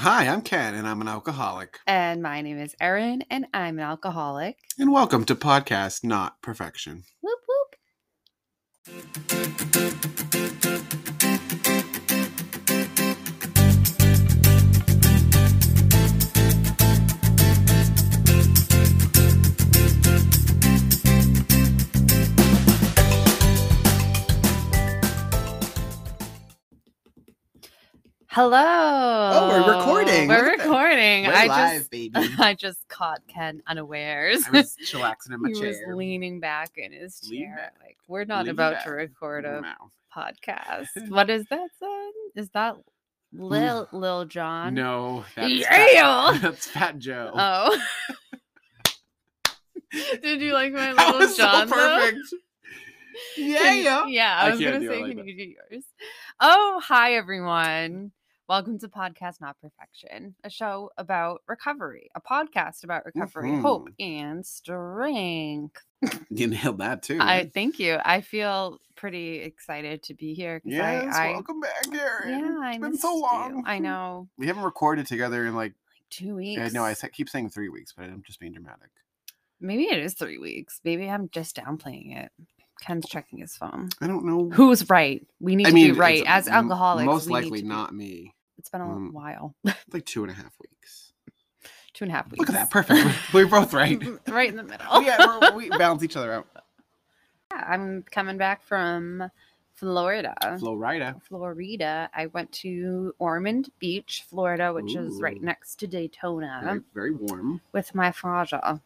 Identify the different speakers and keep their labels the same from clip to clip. Speaker 1: Hi, I'm Kat, and I'm an alcoholic.
Speaker 2: And my name is Erin, and I'm an alcoholic.
Speaker 1: And welcome to Podcast Not Perfection.
Speaker 2: Whoop whoop. Hello. Oh,
Speaker 1: we're recording.
Speaker 2: We're
Speaker 1: Look at that.
Speaker 2: recording.
Speaker 1: We're
Speaker 2: I
Speaker 1: live,
Speaker 2: just
Speaker 1: baby. I
Speaker 2: I just caught Ken unawares.
Speaker 1: was chillaxing in my
Speaker 2: he was
Speaker 1: chair.
Speaker 2: leaning back in his
Speaker 1: Lean
Speaker 2: chair.
Speaker 1: back.
Speaker 2: Like we're not
Speaker 1: Lean
Speaker 2: about
Speaker 1: back.
Speaker 2: to record a
Speaker 1: No.
Speaker 2: podcast. what is that son? Is that Lil Lil John?
Speaker 1: No, that's
Speaker 2: Yeah.
Speaker 1: Fat, that's Fat Joe.
Speaker 2: Oh. Did you like my
Speaker 1: that
Speaker 2: little
Speaker 1: was
Speaker 2: John?
Speaker 1: so
Speaker 2: though?
Speaker 1: perfect. Yeah,
Speaker 2: Can-
Speaker 1: yeah.
Speaker 2: Yeah, I,
Speaker 1: I
Speaker 2: was
Speaker 1: can't
Speaker 2: gonna
Speaker 1: do it
Speaker 2: say,
Speaker 1: like
Speaker 2: can
Speaker 1: that.
Speaker 2: you do yours? Oh, hi everyone. Welcome to Podcast Not Perfection, a show about recovery, a podcast about recovery, hope,
Speaker 1: Mm-hmm.
Speaker 2: and strength.
Speaker 1: You nailed that too.
Speaker 2: I thank you. I feel pretty excited to be here. 'cause
Speaker 1: yes,
Speaker 2: I, I,
Speaker 1: welcome back, Erin.
Speaker 2: yeah, I
Speaker 1: it's been so
Speaker 2: missed you.
Speaker 1: long.
Speaker 2: I know,
Speaker 1: We haven't recorded together in like uh,
Speaker 2: like two weeks.
Speaker 1: I know I sa- keep saying three weeks, but I'm just being dramatic.
Speaker 2: Maybe it is three weeks. Maybe I'm just downplaying it. Ken's checking his phone.
Speaker 1: I don't know.
Speaker 2: Who's right? We need
Speaker 1: I
Speaker 2: to
Speaker 1: mean,
Speaker 2: be
Speaker 1: it's
Speaker 2: right as
Speaker 1: m-
Speaker 2: alcoholics.
Speaker 1: Most
Speaker 2: we need
Speaker 1: likely
Speaker 2: to be-
Speaker 1: not me.
Speaker 2: It's been a
Speaker 1: Mm.
Speaker 2: while.
Speaker 1: Like two and a half weeks.
Speaker 2: two and a half weeks.
Speaker 1: Look at that. Perfect. We're both right.
Speaker 2: right in the middle.
Speaker 1: yeah, we're, we balance each other out.
Speaker 2: Yeah, I'm coming back from Florida.
Speaker 1: Florida.
Speaker 2: Florida. I went to Ormond Beach, Florida, which is right
Speaker 1: Ooh.
Speaker 2: next to Daytona,
Speaker 1: Very, very warm.
Speaker 2: with my father.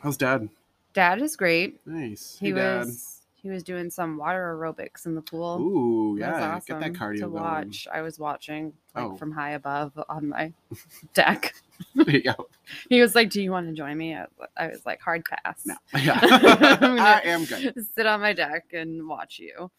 Speaker 1: How's dad?
Speaker 2: Dad is great.
Speaker 1: Nice.
Speaker 2: He
Speaker 1: hey, dad.
Speaker 2: was he was doing some water aerobics in the pool.
Speaker 1: Ooh,
Speaker 2: It was
Speaker 1: yeah. Get that
Speaker 2: awesome
Speaker 1: cardio
Speaker 2: to
Speaker 1: going.
Speaker 2: watch. I was watching like
Speaker 1: Oh.
Speaker 2: from high above on my deck.
Speaker 1: yeah.
Speaker 2: He was like, "Do you want to join me?" I- I was like, "Hard pass."
Speaker 1: No. yeah.
Speaker 2: I'm gonna-
Speaker 1: I am good.
Speaker 2: Sit on my deck and watch you.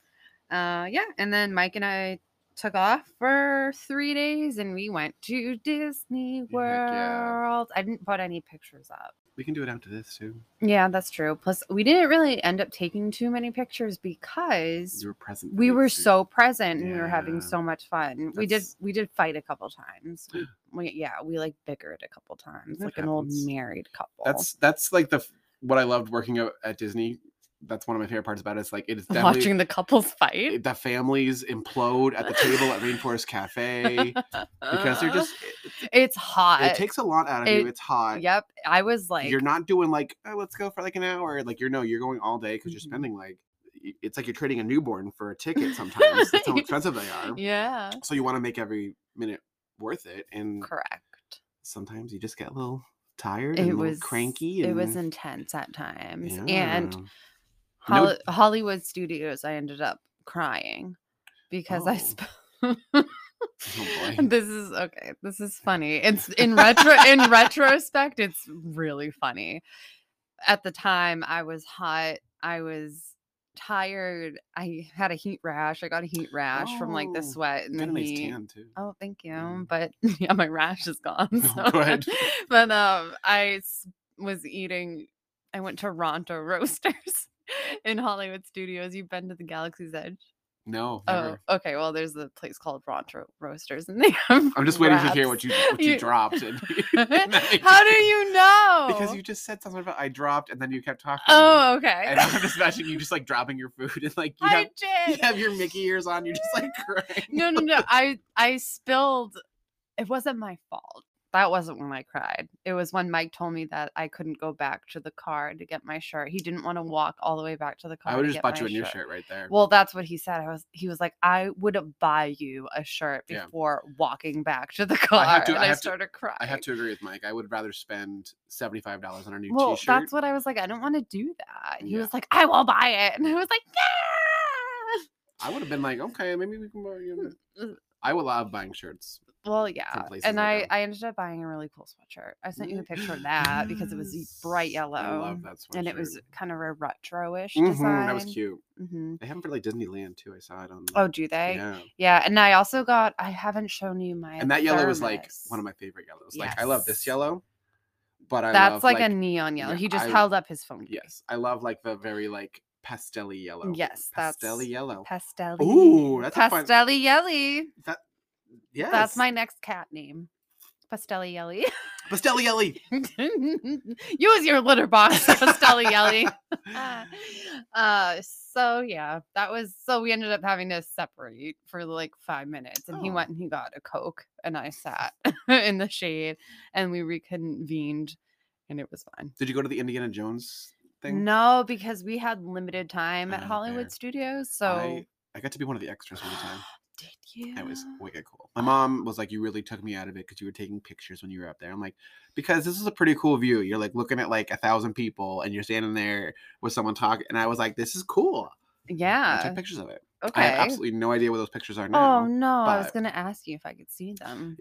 Speaker 2: Uh, yeah, and then Mike and I took off for three days, and we went to Disney World.
Speaker 1: yeah.
Speaker 2: I didn't put any pictures up.
Speaker 1: We can do it after this too.
Speaker 2: Yeah, that's true. Plus, we didn't really end up taking too many pictures because
Speaker 1: You were present. for
Speaker 2: we
Speaker 1: these
Speaker 2: were
Speaker 1: too.
Speaker 2: so present and we were
Speaker 1: Yeah.
Speaker 2: having so much fun. We did
Speaker 1: That's-
Speaker 2: we did fight a couple times. We, we- yeah, we like bickered a couple times,
Speaker 1: That
Speaker 2: like an old
Speaker 1: happens.
Speaker 2: married couple.
Speaker 1: That's that's like the f- what I loved working at, at Disney. That's one of my favorite parts about it. It's like it is definitely
Speaker 2: watching the couples fight
Speaker 1: the families implode at the table at Rainforest Cafe because they're just
Speaker 2: it's hot.
Speaker 1: it takes a lot out of you.
Speaker 2: It-
Speaker 1: It's hot.
Speaker 2: Yep. I was like,
Speaker 1: you're not doing like oh let's go for like an hour. Like you're no, you're going all day because you're
Speaker 2: Mhm.
Speaker 1: spending like y- it's like you're trading a newborn for a ticket sometimes. That's how expensive they are.
Speaker 2: Yeah.
Speaker 1: So you want to make every minute worth it, and
Speaker 2: Correct.
Speaker 1: sometimes you just get a little tired. and a
Speaker 2: It
Speaker 1: little
Speaker 2: was
Speaker 1: cranky. And,
Speaker 2: It was intense at times,
Speaker 1: Yeah.
Speaker 2: and Holly- Hollywood Studios. I ended up crying because I.
Speaker 1: Oh.
Speaker 2: Sp-
Speaker 1: Oh, boy.
Speaker 2: this is okay. This is funny. It's in retro. in retrospect, it's really funny. At the time, I was hot. I was tired. I had a heat rash. I got a heat rash from like
Speaker 1: Oh,
Speaker 2: the sweat and
Speaker 1: got a
Speaker 2: the
Speaker 1: nice
Speaker 2: heat.
Speaker 1: tan too.
Speaker 2: Oh, thank you.
Speaker 1: Mm.
Speaker 2: But yeah, my rash is gone.
Speaker 1: Oh,
Speaker 2: so-
Speaker 1: good.
Speaker 2: But um, I s- was eating. I went to Ronto Roasters in Hollywood Studios. You've been to the Galaxy's Edge?
Speaker 1: No,
Speaker 2: Oh,
Speaker 1: never.
Speaker 2: okay. Well, there's a place called Ronto Roasters, and they have.
Speaker 1: I'm just waiting to hear what
Speaker 2: wraps.
Speaker 1: you what you, dropped. And, and then I-
Speaker 2: How do you know?
Speaker 1: Because you just said something about I dropped, and then you kept talking.
Speaker 2: Oh, okay.
Speaker 1: and I'm just imagining you just like dropping your food and like you
Speaker 2: I
Speaker 1: have, you
Speaker 2: did.
Speaker 1: have your Mickey ears on, you're just like crying.
Speaker 2: no no no i i spilled it wasn't my fault that wasn't when i cried it was when mike told me that i couldn't go back to the car to get my shirt he didn't want to walk all the way back to the car
Speaker 1: I would
Speaker 2: to
Speaker 1: have just
Speaker 2: get
Speaker 1: bought you
Speaker 2: my
Speaker 1: a new shirt right there.
Speaker 2: well that's what he said i was he was like i would buy you a shirt
Speaker 1: Yeah.
Speaker 2: before walking back to the car
Speaker 1: to-
Speaker 2: and
Speaker 1: I
Speaker 2: i,
Speaker 1: have to-
Speaker 2: started crying
Speaker 1: I have to agree with Mike. I would rather spend seventy five dollars on a new
Speaker 2: well
Speaker 1: T-shirt.
Speaker 2: that's what i was like i don't want to do that he
Speaker 1: Yeah.
Speaker 2: was like i will buy it and i was like yeah
Speaker 1: I would have been like, okay, maybe we can. Buy you
Speaker 2: Mm.
Speaker 1: know. I would love buying shirts.
Speaker 2: Well, yeah,
Speaker 1: places
Speaker 2: and
Speaker 1: I
Speaker 2: I
Speaker 1: go.
Speaker 2: I ended up buying a really cool sweatshirt. I sent you a
Speaker 1: Mm.
Speaker 2: picture of that because it was y- bright
Speaker 1: Yes,
Speaker 2: yellow,
Speaker 1: I love that sweatshirt.
Speaker 2: and it was kind of a retro-ish
Speaker 1: Mhm,
Speaker 2: design.
Speaker 1: that was cute.
Speaker 2: hmm
Speaker 1: They have them for like Disneyland too. I saw it on.
Speaker 2: Oh, do they? Yeah.
Speaker 1: yeah.
Speaker 2: and I also got. I haven't shown you my.
Speaker 1: And that yellow was like one of
Speaker 2: thermos.
Speaker 1: my favorite yellows. Like I love this
Speaker 2: Yes.
Speaker 1: yellow, but I
Speaker 2: That's
Speaker 1: love,
Speaker 2: like, a neon yellow.
Speaker 1: yeah,
Speaker 2: he just
Speaker 1: I-
Speaker 2: held up his phone.
Speaker 1: Yes, I love like the very like pastelly yellow.
Speaker 2: Yes, that's
Speaker 1: pastelly yellow.
Speaker 2: Pastelli.
Speaker 1: Ooh, that's a fun-
Speaker 2: Pastelli Yelly.
Speaker 1: yes,
Speaker 2: That's my next cat name. Pastelli
Speaker 1: Pastelli
Speaker 2: Use your litter box, Pastelli uh, so yeah, that was so we ended up having to separate for like five minutes, and he
Speaker 1: Oh.
Speaker 2: went and he got a coke, and I sat in the shade, and we reconvened, and it was fun.
Speaker 1: Did you go to the Indiana Jones thing?
Speaker 2: No, because we had limited time at
Speaker 1: Ah,
Speaker 2: Hollywood
Speaker 1: fair.
Speaker 2: Studios, so
Speaker 1: I, I got to be one of the extras one time.
Speaker 2: did you?
Speaker 1: It was wicked cool. My mom was like, "You really took me out of it because you were taking pictures when you were up there." I'm like, "Because this is a pretty cool view. You're like looking at like a thousand people, and you're standing there with someone talking." And I was like, "This is cool." I
Speaker 2: yeah.
Speaker 1: took pictures of it.
Speaker 2: Okay.
Speaker 1: I have absolutely no idea where those pictures are now.
Speaker 2: oh no, I was
Speaker 1: but-
Speaker 2: gonna ask you if I could see them.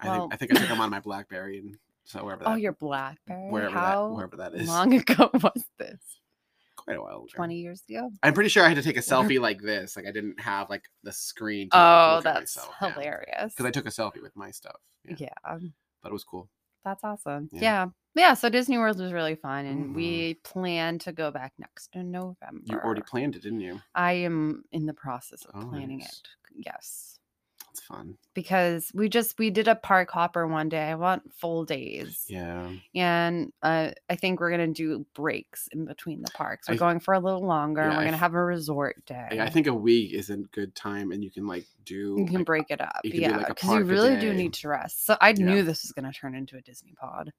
Speaker 1: I,
Speaker 2: well-
Speaker 1: think, I think I took them on my BlackBerry and so wherever that,
Speaker 2: oh, your BlackBerry.
Speaker 1: wherever
Speaker 2: How
Speaker 1: that wherever that is.
Speaker 2: long ago was this?
Speaker 1: Quite a while. ago.
Speaker 2: Twenty years ago.
Speaker 1: I'm pretty sure I had to take a selfie like this. Like I didn't have like the screen. To
Speaker 2: Oh, that's hilarious.
Speaker 1: Because I took a selfie with my stuff. Yeah,
Speaker 2: yeah.
Speaker 1: but it was cool.
Speaker 2: that's awesome.
Speaker 1: Yeah.
Speaker 2: Yeah. yeah. so Disney World was really fun, and
Speaker 1: Mhm.
Speaker 2: we plan to go back next November.
Speaker 1: You already planned it, didn't you?
Speaker 2: I am in the process of
Speaker 1: Oh,
Speaker 2: planning
Speaker 1: nice.
Speaker 2: it. Yes,
Speaker 1: That's fun.
Speaker 2: because we just we did a park hopper one day. I want full days,
Speaker 1: Yeah.
Speaker 2: and uh, I think we're gonna do breaks in between the parks. We're
Speaker 1: I-
Speaker 2: going for a little longer. and
Speaker 1: yeah,
Speaker 2: we're
Speaker 1: I
Speaker 2: gonna
Speaker 1: f-
Speaker 2: have a resort day.
Speaker 1: I- I think a week is a good time, and you can like do.
Speaker 2: you can
Speaker 1: like,
Speaker 2: break it up.
Speaker 1: you can do, like,
Speaker 2: Yeah,
Speaker 1: a
Speaker 2: because you
Speaker 1: park a
Speaker 2: really do
Speaker 1: day.
Speaker 2: need to rest. So I
Speaker 1: Yeah.
Speaker 2: knew this was gonna turn into a Disney pod.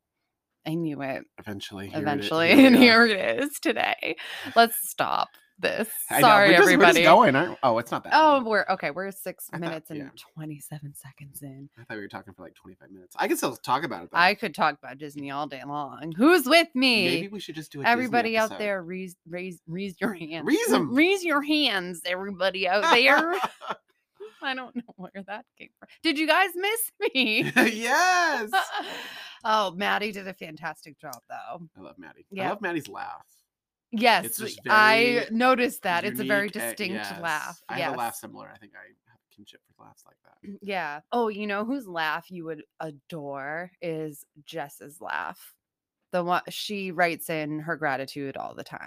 Speaker 2: I knew it.
Speaker 1: eventually. here it is-
Speaker 2: eventually
Speaker 1: we
Speaker 2: and
Speaker 1: are.
Speaker 2: here it is today let's stop this
Speaker 1: I know, we're
Speaker 2: sorry
Speaker 1: just- we're just
Speaker 2: everybody
Speaker 1: going, aren't- Oh, it's not that.
Speaker 2: oh
Speaker 1: long.
Speaker 2: we're okay we're six
Speaker 1: I thought-
Speaker 2: minutes and
Speaker 1: yeah.
Speaker 2: 27 seconds in
Speaker 1: I thought we were talking for like 25 minutes. I can still talk about it. Though.
Speaker 2: i could talk about disney all day long who's with
Speaker 1: Maybe
Speaker 2: me
Speaker 1: we should just do a Disney
Speaker 2: everybody out
Speaker 1: episode.
Speaker 2: there raise raise raise your hands
Speaker 1: Raise 'em.
Speaker 2: raise your hands everybody out there i don't know where that came from did you guys miss me
Speaker 1: yes.
Speaker 2: oh maddie did a fantastic job though
Speaker 1: I love Maddie. I
Speaker 2: Yeah.
Speaker 1: love Maddie's laugh.
Speaker 2: yes
Speaker 1: just
Speaker 2: i
Speaker 1: very
Speaker 2: noticed that it's a very
Speaker 1: unique, uh,
Speaker 2: distinct
Speaker 1: yes.
Speaker 2: laugh
Speaker 1: I
Speaker 2: yes.
Speaker 1: have a laugh similar. I think I have kinship with laughs like that.
Speaker 2: Yeah. Oh, you know whose laugh you would adore is Jess's laugh. The one she writes in her gratitude all the time.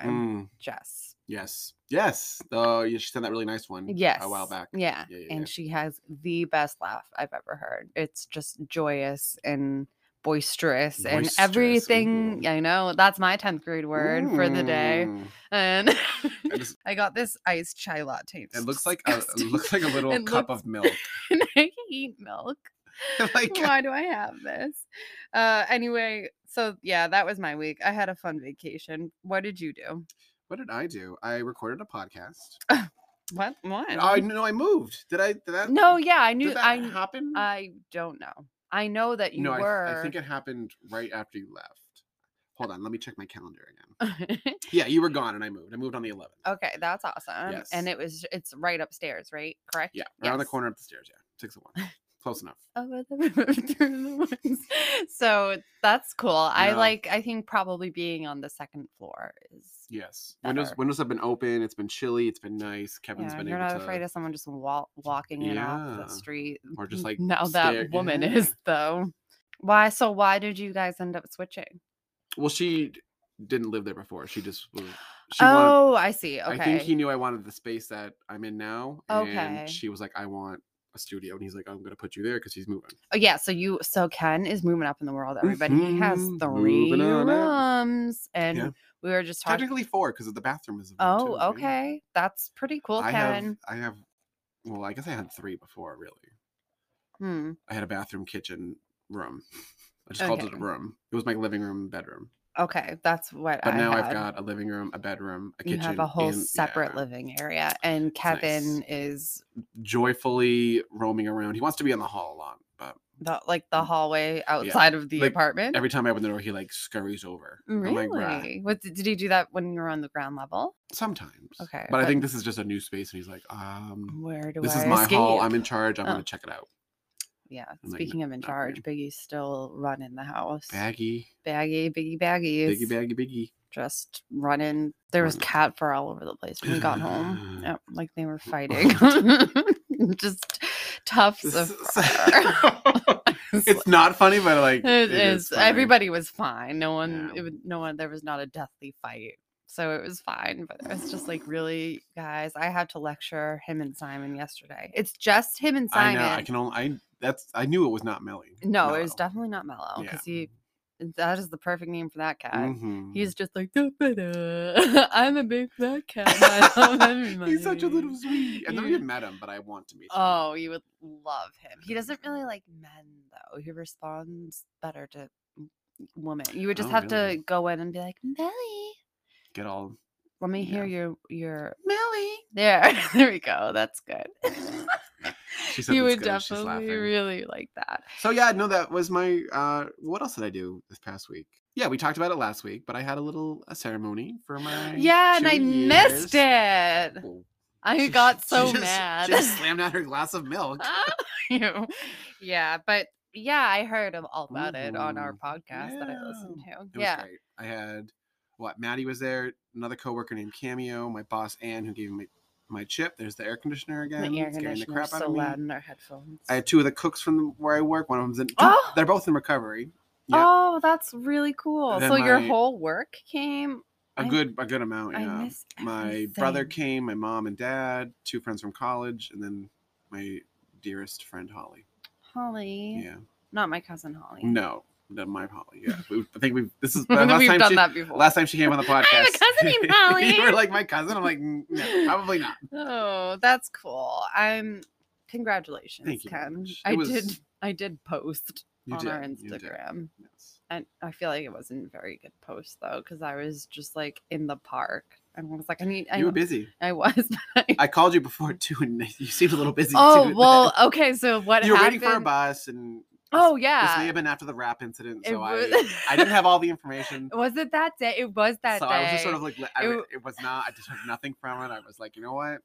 Speaker 1: Mm,
Speaker 2: Jess.
Speaker 1: yes. Yes. Oh, yeah, she sent that really nice one.
Speaker 2: Yes.
Speaker 1: A while back.
Speaker 2: Yeah.
Speaker 1: Yeah, yeah,
Speaker 2: and
Speaker 1: yeah.
Speaker 2: she has the best laugh I've ever heard. It's just joyous and boisterous, and
Speaker 1: Boisterous,
Speaker 2: everything.
Speaker 1: ooh.
Speaker 2: I know that's my 10th grade word for the day.
Speaker 1: Mm.
Speaker 2: And
Speaker 1: I just-
Speaker 2: I got this iced chai latte. It's
Speaker 1: it looks like a it
Speaker 2: disgusting.
Speaker 1: looks like a little
Speaker 2: It
Speaker 1: cup
Speaker 2: looks-
Speaker 1: of milk.
Speaker 2: and I hate milk.
Speaker 1: like
Speaker 2: why do I have this? Uh anyway, so yeah, that was my week. I had a fun vacation. What did you do?
Speaker 1: what did I do? I recorded a podcast.
Speaker 2: What what?
Speaker 1: I no, I moved. Did I did that
Speaker 2: no, yeah, I knew
Speaker 1: did that
Speaker 2: I
Speaker 1: happen?
Speaker 2: I don't know. I know that you
Speaker 1: no, I,
Speaker 2: were
Speaker 1: I think it happened right after you left. Hold on, let me check my calendar again. Yeah, you were gone and I moved. I moved on the 11th.
Speaker 2: Okay, that's awesome.
Speaker 1: Yes.
Speaker 2: And it was it's right upstairs, right? Correct?
Speaker 1: Yeah, around the
Speaker 2: Yes.
Speaker 1: corner up the stairs. Yeah, six of one. Close enough.
Speaker 2: Over the river through the woods. So that's cool. I
Speaker 1: No.
Speaker 2: like I think probably being on the second floor is
Speaker 1: Yes. Windows
Speaker 2: Better.
Speaker 1: windows have been open. It's been chilly. It's been nice. Kevin's
Speaker 2: Yeah,
Speaker 1: been
Speaker 2: you're
Speaker 1: able
Speaker 2: not
Speaker 1: to
Speaker 2: afraid of someone just walk, walking in off
Speaker 1: Yeah.
Speaker 2: the street.
Speaker 1: Or just, like,
Speaker 2: now
Speaker 1: stare-
Speaker 2: that woman
Speaker 1: yeah.
Speaker 2: is though. Why? So why did you guys end up switching?
Speaker 1: Well, she d- didn't live there before. She just was she wanted
Speaker 2: oh, I see. Okay.
Speaker 1: I think he knew I wanted the space that I'm in now. And
Speaker 2: Okay.
Speaker 1: she was like, I want a studio. And he's like, I'm gonna put you there because he's moving.
Speaker 2: oh, yeah. So you. So Ken is moving up in the world. Everybody. He has
Speaker 1: Mhm,
Speaker 2: three
Speaker 1: moving on up.
Speaker 2: rooms, and
Speaker 1: Yeah.
Speaker 2: we were just talking.
Speaker 1: Technically four, because the bathroom is one, too,
Speaker 2: Oh,
Speaker 1: yeah.
Speaker 2: okay. That's pretty cool,
Speaker 1: I have
Speaker 2: Ken.
Speaker 1: I have well, I guess I had three before, really.
Speaker 2: Hmm.
Speaker 1: I had a bathroom, kitchen, room. I just called it a
Speaker 2: Okay.
Speaker 1: room. It was my living room, bedroom.
Speaker 2: Okay, that's what.
Speaker 1: But
Speaker 2: I
Speaker 1: now
Speaker 2: had.
Speaker 1: I've got a living room, a bedroom, a
Speaker 2: You
Speaker 1: kitchen.
Speaker 2: have a whole
Speaker 1: and-
Speaker 2: separate
Speaker 1: yeah.
Speaker 2: living area, and
Speaker 1: nice.
Speaker 2: Kevin is
Speaker 1: Joyfully roaming around. He wants to be in the hall a lot, but
Speaker 2: the like the hallway outside of the
Speaker 1: Mm. Like,
Speaker 2: apartment.
Speaker 1: every time I open the door, he like scurries over. I'm like,
Speaker 2: Really?
Speaker 1: "Rah."
Speaker 2: what did did he do that when you were on the ground level?
Speaker 1: Sometimes.
Speaker 2: Okay,
Speaker 1: But, I
Speaker 2: but- Oh,
Speaker 1: think this is just a new space, and he's like, um,
Speaker 2: Where do
Speaker 1: this
Speaker 2: I
Speaker 1: is my
Speaker 2: escape?
Speaker 1: hall. I'm in charge. I'm
Speaker 2: Oh.
Speaker 1: gonna check it out.
Speaker 2: yeah.
Speaker 1: like,
Speaker 2: Speaking of in
Speaker 1: okay.
Speaker 2: charge, Biggie's still running the house.
Speaker 1: Baggy,
Speaker 2: Baggy, Biggie, Baggies.
Speaker 1: biggie, baggy, biggie.
Speaker 2: Just running. There was
Speaker 1: Running.
Speaker 2: cat fur all over the place when we got home. Yep, like they were fighting. Just tufts of fur. It's
Speaker 1: it's not funny, but like
Speaker 2: It is.
Speaker 1: funny.
Speaker 2: Everybody was fine. No one.
Speaker 1: Yeah.
Speaker 2: It would, no one. There was not a deathly fight so it was fine. But it's just like really, guys, I had to lecture him and Simon yesterday. It's just him and
Speaker 1: I
Speaker 2: Simon.
Speaker 1: know. I can only. I that's. I knew it was not Melly.
Speaker 2: no, it was definitely not Mellow
Speaker 1: Yeah.
Speaker 2: because he. That is the perfect name for that cat.
Speaker 1: Mhm.
Speaker 2: He's just like "Da, ba, da. I'm a big fat cat. I love everybody.
Speaker 1: He's such a little sweet. I've never
Speaker 2: You-
Speaker 1: even met him, but I want to meet. him.
Speaker 2: Oh, you would love him. He doesn't really like men though. He responds better to w- women. You would just
Speaker 1: Oh,
Speaker 2: have
Speaker 1: really?
Speaker 2: to go in and be like, Melly,
Speaker 1: get all
Speaker 2: let me hear your your
Speaker 1: Melly.
Speaker 2: there. there we go. That's good.
Speaker 1: She said
Speaker 2: you
Speaker 1: that's
Speaker 2: would
Speaker 1: good. She's
Speaker 2: definitely
Speaker 1: laughing.
Speaker 2: really like that.
Speaker 1: So yeah, no, that was my. uh What else did I do this past week? Yeah, we talked about it last week, but I had a little a ceremony for my.
Speaker 2: Yeah, and
Speaker 1: two
Speaker 2: I
Speaker 1: years.
Speaker 2: missed it.
Speaker 1: Well,
Speaker 2: I
Speaker 1: she-
Speaker 2: got
Speaker 1: she
Speaker 2: so
Speaker 1: just-
Speaker 2: mad.
Speaker 1: She just slammed out her glass of milk.
Speaker 2: you. Yeah, but yeah, I heard of all about it on our
Speaker 1: Ooh,
Speaker 2: podcast that I listened to.
Speaker 1: It
Speaker 2: yeah.
Speaker 1: was great. I had what Maddie was there, another coworker named Cameo, my boss Anne, who gave me my chip. There's the air conditioner again.
Speaker 2: The air
Speaker 1: scaring the
Speaker 2: conditioner
Speaker 1: crap
Speaker 2: is
Speaker 1: out
Speaker 2: so
Speaker 1: of me.
Speaker 2: loud in our headphones.
Speaker 1: I had two of the cooks from where I work. One of them's in. two-
Speaker 2: Oh!
Speaker 1: They're both in recovery. yeah.
Speaker 2: Oh, that's really cool.
Speaker 1: then
Speaker 2: So your
Speaker 1: my-
Speaker 2: whole work came.
Speaker 1: A
Speaker 2: I-
Speaker 1: good, a good amount.
Speaker 2: I
Speaker 1: Yeah.
Speaker 2: miss
Speaker 1: my brother
Speaker 2: everything.
Speaker 1: came, my mom and dad, two friends from college, and then my dearest friend Holly.
Speaker 2: Holly,
Speaker 1: Yeah.
Speaker 2: not my cousin Holly.
Speaker 1: No, not my Holly. Yeah. We- I think we. This is the last
Speaker 2: We've
Speaker 1: time
Speaker 2: done
Speaker 1: she,
Speaker 2: that before.
Speaker 1: Last time she came on the
Speaker 2: I
Speaker 1: podcast.
Speaker 2: have a cousin named Holly.
Speaker 1: you were like my cousin. I'm like, "Mm, no, probably not.
Speaker 2: Oh, that's cool. I'm. Congratulations,
Speaker 1: Thank you very
Speaker 2: Ken.
Speaker 1: much. It
Speaker 2: I
Speaker 1: was-
Speaker 2: did. I did post
Speaker 1: You
Speaker 2: on
Speaker 1: did.
Speaker 2: our
Speaker 1: you did,
Speaker 2: Instagram,
Speaker 1: yes.
Speaker 2: and I feel like it wasn't a very good post though, because I was just like in the park, and I was like, I need. I,
Speaker 1: You were busy.
Speaker 2: I was.
Speaker 1: I called you before too, and you seemed a little busy.
Speaker 2: oh
Speaker 1: too.
Speaker 2: well, okay. So what
Speaker 1: you were
Speaker 2: happened?
Speaker 1: waiting for a bus, and
Speaker 2: Oh
Speaker 1: this may
Speaker 2: yeah.
Speaker 1: have been after the rap incident,
Speaker 2: It
Speaker 1: so I,
Speaker 2: was-
Speaker 1: I didn't have all the information.
Speaker 2: Was it that day? It was that
Speaker 1: so
Speaker 2: day.
Speaker 1: I was just sort of like, le- I,
Speaker 2: It
Speaker 1: w-
Speaker 2: w-
Speaker 1: it was not. I just took nothing from it. I was like, you know what?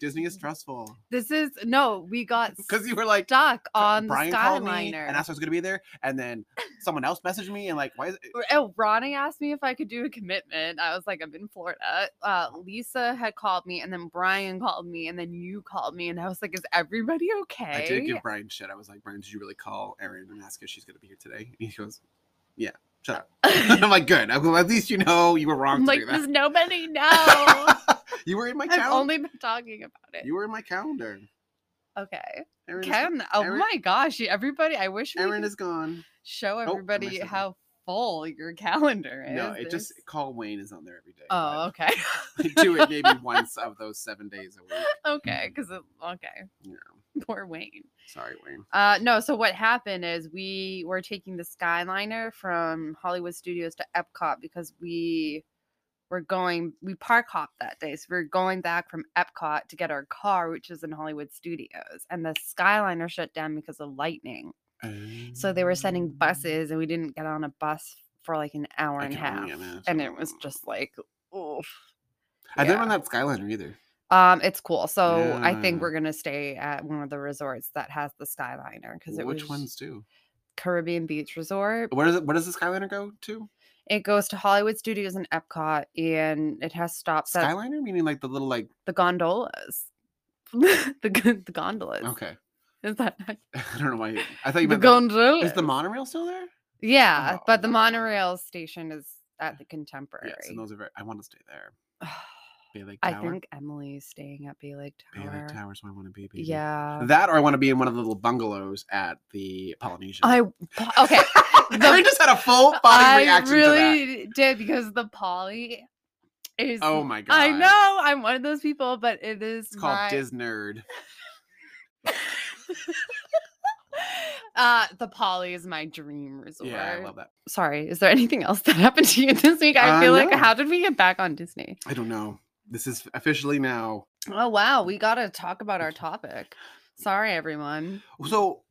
Speaker 1: Disney is stressful
Speaker 2: This is no. We got
Speaker 1: because you were like
Speaker 2: Mm. stuck on
Speaker 1: Brian
Speaker 2: the
Speaker 1: called me
Speaker 2: Skyliner.
Speaker 1: and asked if I was gonna be there, and then someone else messaged me and like, why is it?
Speaker 2: R- Oh, Ronnie asked me if I could do a commitment. I was like, I'm in Florida. Uh, Lisa had called me, and then Brian called me, and then you called me, and I was like, Is everybody okay?
Speaker 1: I did give Brian shit. I was like, Brian, did you really call Erin and ask if she's gonna be here today? And he goes, Yeah, shut up. I'm like, good. I'm like, at least you know you were wrong
Speaker 2: I'm
Speaker 1: to
Speaker 2: like,
Speaker 1: do
Speaker 2: does
Speaker 1: that.
Speaker 2: nobody know?
Speaker 1: you were in my
Speaker 2: I've
Speaker 1: calendar.
Speaker 2: only been talking about it.
Speaker 1: You were in my calendar.
Speaker 2: Okay,
Speaker 1: Erin is, go-
Speaker 2: Ken. Oh
Speaker 1: Erin-
Speaker 2: my gosh, you- everybody! I wish we
Speaker 1: Erin
Speaker 2: could
Speaker 1: is gone.
Speaker 2: show
Speaker 1: am I
Speaker 2: everybody
Speaker 1: saying-
Speaker 2: how full your calendar is.
Speaker 1: No, it just
Speaker 2: There's-
Speaker 1: call Wayne is on there every day.
Speaker 2: Oh, okay.
Speaker 1: but do it maybe once of those seven days a week.
Speaker 2: okay, because okay.
Speaker 1: Yeah.
Speaker 2: Poor Wayne.
Speaker 1: Sorry, Wayne.
Speaker 2: Uh, no, so what happened is we were taking the Skyliner from Hollywood Studios to Epcot because we were going, we park hopped that day. So we were going back from Epcot to get our car, which is in Hollywood Studios. And the Skyliner shut down because of lightning. So they were sending buses and we didn't get on a bus for like an hour
Speaker 1: I
Speaker 2: and a
Speaker 1: can
Speaker 2: half.
Speaker 1: only imagine.
Speaker 2: And it was just like, oof.
Speaker 1: I've never been on that Skyliner either.
Speaker 2: Um, it's cool. So I
Speaker 1: Yeah.
Speaker 2: think we're gonna stay at one of the resorts that has the Skyliner because it
Speaker 1: Which
Speaker 2: was
Speaker 1: ones do?
Speaker 2: Caribbean Beach Resort.
Speaker 1: Where does it? Where does the Skyliner go to?
Speaker 2: It goes to Hollywood Studios and Epcot, and it has stops at
Speaker 1: Skyliner meaning like the little like
Speaker 2: the gondolas. the gon- the gondolas.
Speaker 1: okay.
Speaker 2: Is that how you-
Speaker 1: I don't know why. you- I thought you
Speaker 2: the
Speaker 1: meant the-
Speaker 2: gondolas?
Speaker 1: is the monorail still there?
Speaker 2: yeah,
Speaker 1: Oh,
Speaker 2: but the
Speaker 1: no.
Speaker 2: monorail station is at the Contemporary.
Speaker 1: Yes, and those are very. I want to stay there. Bay Lake
Speaker 2: I
Speaker 1: Tower.
Speaker 2: think Emily's staying at Bay Lake
Speaker 1: Bay
Speaker 2: Tower.
Speaker 1: Lake Tower's where I want to be. Baby.
Speaker 2: Yeah.
Speaker 1: That or I want to be in one of the little bungalows at the Polynesian.
Speaker 2: I okay. the-
Speaker 1: I just had a full body
Speaker 2: I
Speaker 1: reaction to
Speaker 2: really did because the poly is.
Speaker 1: that. Oh my god!
Speaker 2: I know I'm one of those people, but it is
Speaker 1: It's called
Speaker 2: my-
Speaker 1: Disnerd.
Speaker 2: uh, the poly is my dream resort.
Speaker 1: Yeah, I love that.
Speaker 2: Sorry, is there anything else that happened to you this week? I
Speaker 1: Uh,
Speaker 2: feel like
Speaker 1: no.
Speaker 2: how did we get back on Disney?
Speaker 1: I don't know. This is officially now.
Speaker 2: Oh wow, we gotta talk about our topic. Sorry, everyone.
Speaker 1: So,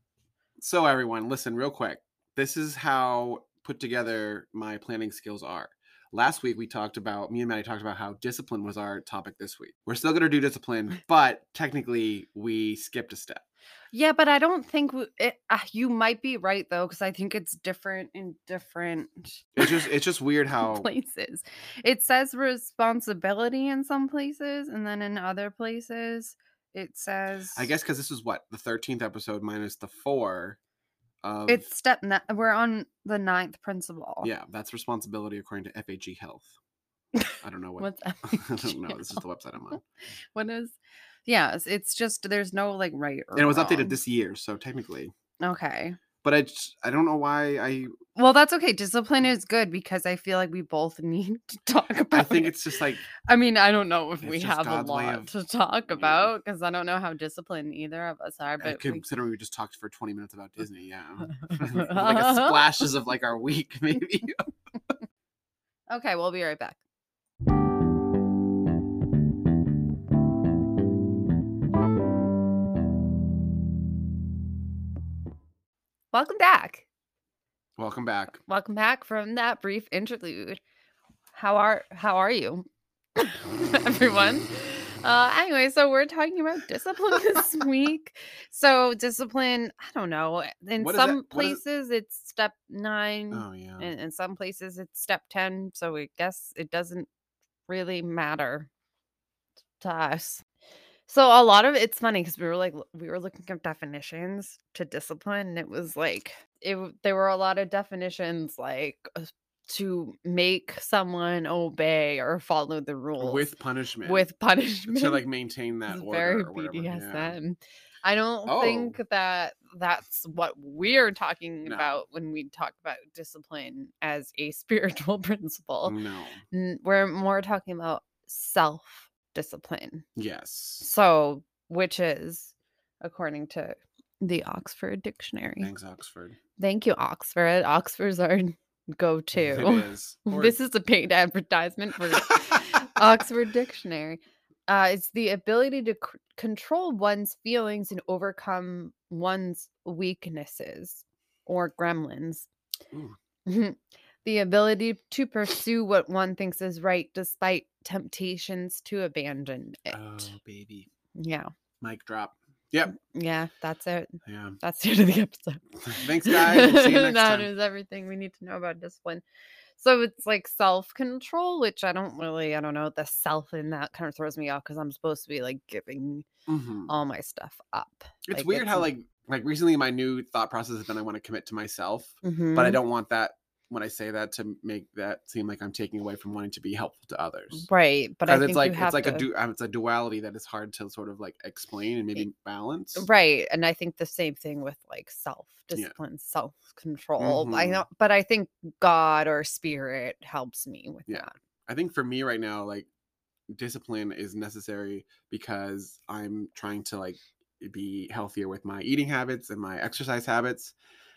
Speaker 1: so everyone, listen real quick. This is how put together my planning skills are. Last week we talked about me and Maddie talked about how discipline was our topic this week. We're still gonna do discipline, but technically we skipped a step.
Speaker 2: Yeah, but I don't think w- it, uh, you might be right though, because I think it's different in different
Speaker 1: It's just it's just weird how
Speaker 2: places. It says responsibility in some places, and then in other places it says
Speaker 1: I guess because this is what the thirteenth episode minus the four. Of,
Speaker 2: it's step. Ni- we're on the ninth principle.
Speaker 1: yeah, that's responsibility according to FAG Health. I don't know what.
Speaker 2: What's up?
Speaker 1: I don't know. This is the website I'm on.
Speaker 2: What is? Yes, it's just there's no like right or
Speaker 1: And it was updated
Speaker 2: wrong.
Speaker 1: this year, so technically.
Speaker 2: Okay.
Speaker 1: But I just, I don't know why I
Speaker 2: Well, that's okay. Discipline is good because I feel like we both need to talk about.
Speaker 1: I think
Speaker 2: it.
Speaker 1: it's just like uh,
Speaker 2: I mean, I don't know if
Speaker 1: it's
Speaker 2: we
Speaker 1: just
Speaker 2: have a
Speaker 1: God's way
Speaker 2: lot
Speaker 1: of-
Speaker 2: to talk
Speaker 1: yeah.
Speaker 2: about because I don't know how disciplined either of us are.
Speaker 1: uh,
Speaker 2: But Uh, we-
Speaker 1: considering we just talked for 20 minutes about Disney, yeah. like a splashes of like our week maybe.
Speaker 2: okay, we'll be right back. Welcome back.
Speaker 1: Welcome back.
Speaker 2: Welcome back from that brief interlude. How are how are you, everyone? Uh, anyway, so we're talking about discipline this week. So discipline, I don't know. In
Speaker 1: What is that-
Speaker 2: some
Speaker 1: what is-
Speaker 2: places, it's step nine,
Speaker 1: Oh yeah.
Speaker 2: and in some places, it's step ten. So I guess it doesn't really matter to us. So a lot of it's funny because we were like l- we were looking up definitions to discipline, and it was like it w- there were a lot of definitions like uh, to make someone obey or follow the rules
Speaker 1: With punishment.
Speaker 2: with punishment.
Speaker 1: to like maintain that
Speaker 2: It's
Speaker 1: order
Speaker 2: very
Speaker 1: or whatever. Yeah.
Speaker 2: BDSM. I don't think
Speaker 1: Oh.
Speaker 2: that that's what we're talking
Speaker 1: No.
Speaker 2: about when we talk about discipline as a spiritual principle.
Speaker 1: No.
Speaker 2: N- We're more talking about self discipline.
Speaker 1: Yes.
Speaker 2: So, which is, according to the Oxford Dictionary.
Speaker 1: Thanks, Oxford.
Speaker 2: Thank you, Oxford. Oxford's our go
Speaker 1: It
Speaker 2: to.
Speaker 1: is. Or-
Speaker 2: This is a paid advertisement for Oxford Dictionary. Uh, it's the ability to c- control one's feelings and overcome one's weaknesses or gremlins.
Speaker 1: Ooh.
Speaker 2: the ability to pursue what one thinks is right despite temptations to abandon it.
Speaker 1: Oh, baby.
Speaker 2: Yeah.
Speaker 1: Mic drop. Yep.
Speaker 2: Yeah. That's it.
Speaker 1: Yeah.
Speaker 2: That's the end of the episode.
Speaker 1: Thanks, guys. We'll see you next
Speaker 2: That
Speaker 1: time.
Speaker 2: is everything we need to know about discipline. So it's like self control, which I don't really, I don't know, the self in that kind of throws me off because I'm supposed to be like giving
Speaker 1: Mhm.
Speaker 2: all my stuff up.
Speaker 1: It's
Speaker 2: like,
Speaker 1: weird
Speaker 2: it's
Speaker 1: how
Speaker 2: n-
Speaker 1: like like recently my new thought process has been I want to commit to myself,
Speaker 2: Mm-hmm.
Speaker 1: but I don't want that when I say that to make that seem like I'm taking away from wanting to be helpful to others.
Speaker 2: Right. But I
Speaker 1: Because
Speaker 2: think
Speaker 1: it's like
Speaker 2: you have
Speaker 1: it's like
Speaker 2: to,
Speaker 1: a du- um, it's a duality that is hard to sort of like explain and maybe balance.
Speaker 2: right. And I think the same thing with like self discipline, self control. I
Speaker 1: Mhm.
Speaker 2: know, but I think God or spirit helps me with
Speaker 1: Yeah. I think for me right now, like discipline is necessary because I'm trying to like be healthier with my eating habits and my exercise habits.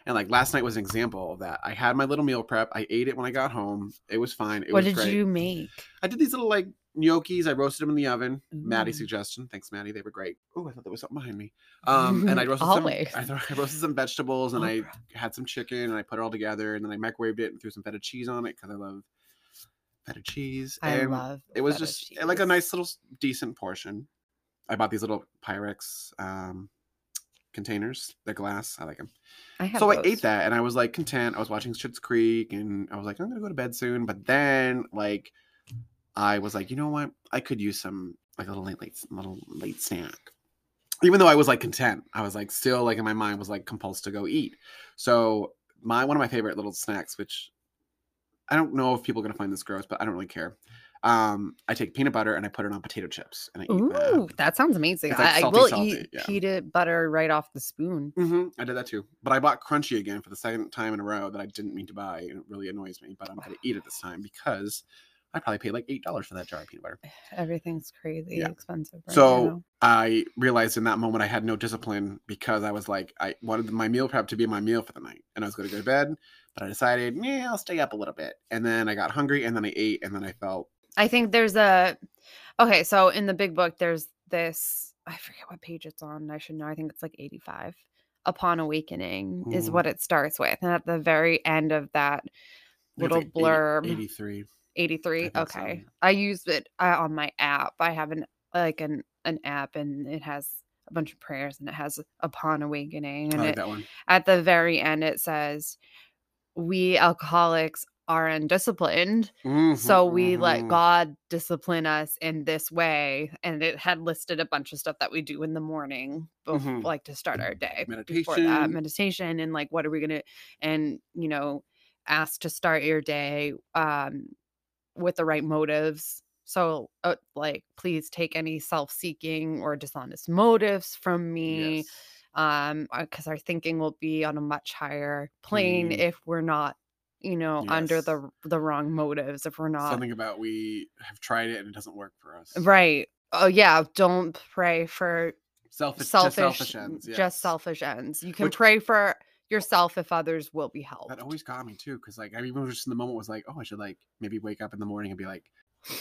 Speaker 1: And like last night was an example of that. I had my little meal prep. I ate it when I got home. It was fine. It
Speaker 2: that. What
Speaker 1: was
Speaker 2: did
Speaker 1: great.
Speaker 2: you make?
Speaker 1: I did these little like gnocchis. I roasted them in the oven. Maddie's
Speaker 2: Ooh.
Speaker 1: suggestion. Thanks, Maddie. They were great. Oh, I thought there was something behind me. Um, and I roasted some. I,
Speaker 2: Always.
Speaker 1: thro- I roasted some vegetables, and
Speaker 2: Oh,
Speaker 1: I
Speaker 2: bro.
Speaker 1: had some chicken, and I put it all together, and then I microwaved it and threw some feta cheese on it because I love feta cheese.
Speaker 2: I
Speaker 1: and
Speaker 2: love
Speaker 1: It was
Speaker 2: feta
Speaker 1: just eh, like a
Speaker 2: cheese.
Speaker 1: nice little s- decent portion. I bought these little Pyrex um, containers. They're glass. I like them.
Speaker 2: I have
Speaker 1: So I
Speaker 2: those.
Speaker 1: ate that and I was like content. I was watching Schitt's Creek and I was like, I'm gonna go to bed soon. But then like I was like, you know what? I could use some like a little late late little late snack. Even though I was like content, I was like still like in my mind was like compulsed to go eat. So my one of my favorite little snacks, which I don't know if people are gonna find this gross, but I don't really care. Um, I take peanut butter and I put it on potato chips and I eat
Speaker 2: Ooh,
Speaker 1: that.
Speaker 2: that sounds amazing.
Speaker 1: It's, uh, like,
Speaker 2: I, I
Speaker 1: salty,
Speaker 2: will
Speaker 1: salty,
Speaker 2: eat
Speaker 1: yeah.
Speaker 2: peanut butter right off the spoon.
Speaker 1: hmm I did that too. But I bought Crunchy again for the second time in a row that I didn't mean to buy. And it really annoys me, but I'm going to eat it this time because I probably paid like $8 for that jar of peanut butter.
Speaker 2: Everything's crazy
Speaker 1: Yeah.
Speaker 2: expensive. Right
Speaker 1: So I realized in that moment I had no discipline because I was like, I wanted my meal prep to be my meal for the night. And I was going to go to bed, but I decided, yeah, I'll stay up a little bit. And then I got hungry and then I ate and then I felt,
Speaker 2: now. I think there's a okay. So in the big book, there's this. I forget what page it's on. I should know. I think it's like 85. Upon awakening is
Speaker 1: Mhm.
Speaker 2: what it starts with, and at the very end of
Speaker 1: I
Speaker 2: that
Speaker 1: think
Speaker 2: little
Speaker 1: it's like 80
Speaker 2: blurb,
Speaker 1: 83.
Speaker 2: 83.
Speaker 1: think so.
Speaker 2: Okay, I used it uh, on my app. I have an like an an app, and it has a bunch of prayers, and it has upon
Speaker 1: I
Speaker 2: awakening, and
Speaker 1: like
Speaker 2: it
Speaker 1: that one.
Speaker 2: at the very end it says we alcoholics are undisciplined
Speaker 1: Mhm,
Speaker 2: so we let
Speaker 1: mhm.
Speaker 2: god discipline us in this way and it had listed a bunch of stuff that we do in the morning bef-
Speaker 1: Mhm.
Speaker 2: like to start our day before that
Speaker 1: Meditation.
Speaker 2: meditation and like what are we gonna and you know ask to start your day um with the right motives. So, uh, like, please take any self seeking or dishonest motives from me.
Speaker 1: Yes.
Speaker 2: Um, because our thinking will be on a much higher plane
Speaker 1: Mm.
Speaker 2: if we're not, you know, under
Speaker 1: Yes.
Speaker 2: the the wrong motives. If we're not
Speaker 1: Something about we have tried it and it doesn't work for us.
Speaker 2: right. Oh yeah, don't pray for
Speaker 1: Selfish,
Speaker 2: selfish, mm,
Speaker 1: just selfish ends. Yes.
Speaker 2: just selfish ends. You can
Speaker 1: Which-
Speaker 2: pray for yourself if others will be helped.
Speaker 1: That always got me too, because like I remember just in the moment was like, oh, I should like maybe wake up in the morning and be like,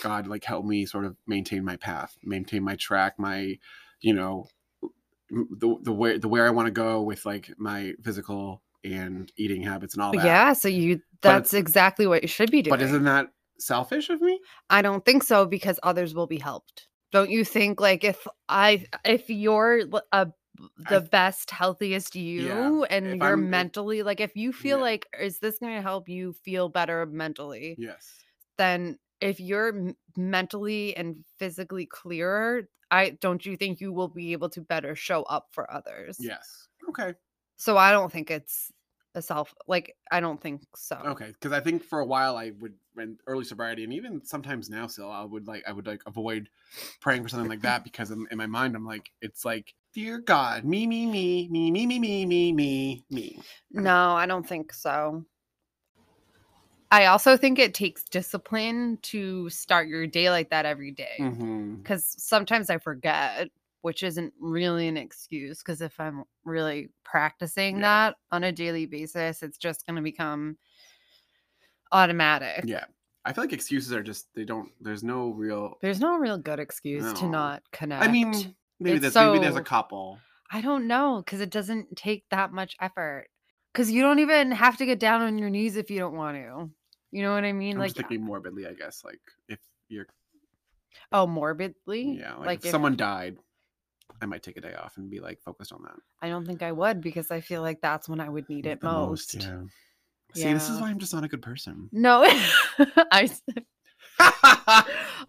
Speaker 1: God, like help me sort of maintain my path, maintain my track, my, you know, m- the the way the where I want to go with like my physical and eating habits and all that.
Speaker 2: yeah, so
Speaker 1: But
Speaker 2: you
Speaker 1: it-
Speaker 2: that's exactly what you should be doing.
Speaker 1: But isn't that selfish of me?
Speaker 2: I don't think so because others will be helped. Don't you think like if I if you're l- a the best healthiest you and
Speaker 1: if
Speaker 2: you're
Speaker 1: I'm- if-
Speaker 2: mentally like if you feel
Speaker 1: Yeah.
Speaker 2: like is this going to help you feel better mentally
Speaker 1: Yes.
Speaker 2: then if you're m- mentally and physically clearer I don't you think you will be able to better show up for others.
Speaker 1: Yes. Okay.
Speaker 2: So I don't think it's a self like I don't think so.
Speaker 1: Okay, because I think for a while I would in early sobriety, and even sometimes now still, I would like I would like avoid praying for something like that because in, in my mind I'm like it's like dear God, me me me me me me me me me me.
Speaker 2: No, I don't think so. I also think it takes discipline to start your day like that every day
Speaker 1: Mm-hmm.
Speaker 2: because sometimes I forget, which isn't really an excuse. Because if I'm really practicing
Speaker 1: Yeah.
Speaker 2: that on a daily basis, it's just going to become automatic.
Speaker 1: Yeah, I feel like excuses are just they don't. There's no real.
Speaker 2: There's no real good excuse to
Speaker 1: No.
Speaker 2: not connect.
Speaker 1: I mean, maybe
Speaker 2: It's
Speaker 1: there's maybe there's a
Speaker 2: so-
Speaker 1: couple.
Speaker 2: I don't know because it doesn't take that much effort. Because you don't even have to get down on your knees if you don't want to. You know what I mean?
Speaker 1: I'm
Speaker 2: like, uh
Speaker 1: just thinking morbidly, I guess. Like if you're
Speaker 2: oh, morbidly.
Speaker 1: yeah, like,
Speaker 2: Like,
Speaker 1: if, someone died, I might take a day off and be like focused on that.
Speaker 2: I don't think I would because I feel like that's when I would need it
Speaker 1: the
Speaker 2: most.
Speaker 1: yeah. See, this is
Speaker 2: Yeah.
Speaker 1: why I'm just not a good person.
Speaker 2: No, I s-
Speaker 1: Or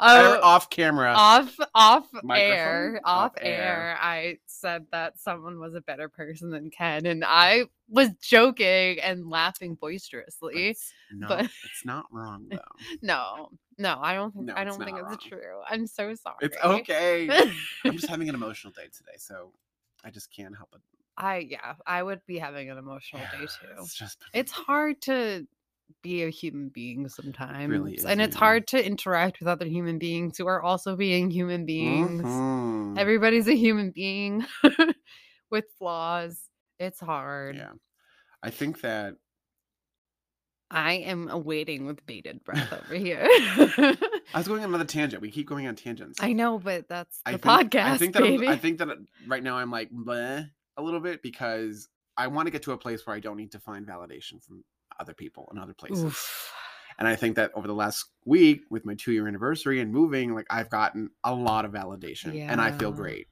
Speaker 2: oh,
Speaker 1: off camera.
Speaker 2: off off
Speaker 1: Microphone?
Speaker 2: air off
Speaker 1: Off air.
Speaker 2: air. I said that someone was a better person than Ken, and I was joking and laughing
Speaker 1: but
Speaker 2: boisterously.
Speaker 1: it's, not,
Speaker 2: but-
Speaker 1: it's not wrong though.
Speaker 2: No, no, I don't think
Speaker 1: No,
Speaker 2: I
Speaker 1: it's
Speaker 2: don't think
Speaker 1: not
Speaker 2: it's
Speaker 1: wrong.
Speaker 2: true. I'm so sorry.
Speaker 1: It's okay. I'm just having an emotional day today, so I just can't help it.
Speaker 2: I yeah, I would be having an emotional day too.
Speaker 1: It's just been-
Speaker 2: It's hard to be a human being sometimes,
Speaker 1: is,
Speaker 2: and it's
Speaker 1: yeah.
Speaker 2: hard to interact with other human beings who are also being human beings.
Speaker 1: Mhm.
Speaker 2: Everybody's a human being with flaws. It's hard.
Speaker 1: yeah. I think that
Speaker 2: I am awaiting with bated breath over here.
Speaker 1: I was going on another tangent. We keep going on tangents.
Speaker 2: I know, but that's
Speaker 1: I
Speaker 2: the
Speaker 1: think-
Speaker 2: podcast,
Speaker 1: I think that
Speaker 2: baby.
Speaker 1: I'm, I think that uh, right now I'm like bleh a little bit because I want to get to a place where I don't need to find validation from other people and other places.
Speaker 2: Oof.
Speaker 1: And I think that over the last week, with my two year anniversary and moving, like I've gotten a lot of validation and I feel
Speaker 2: Yeah.
Speaker 1: great.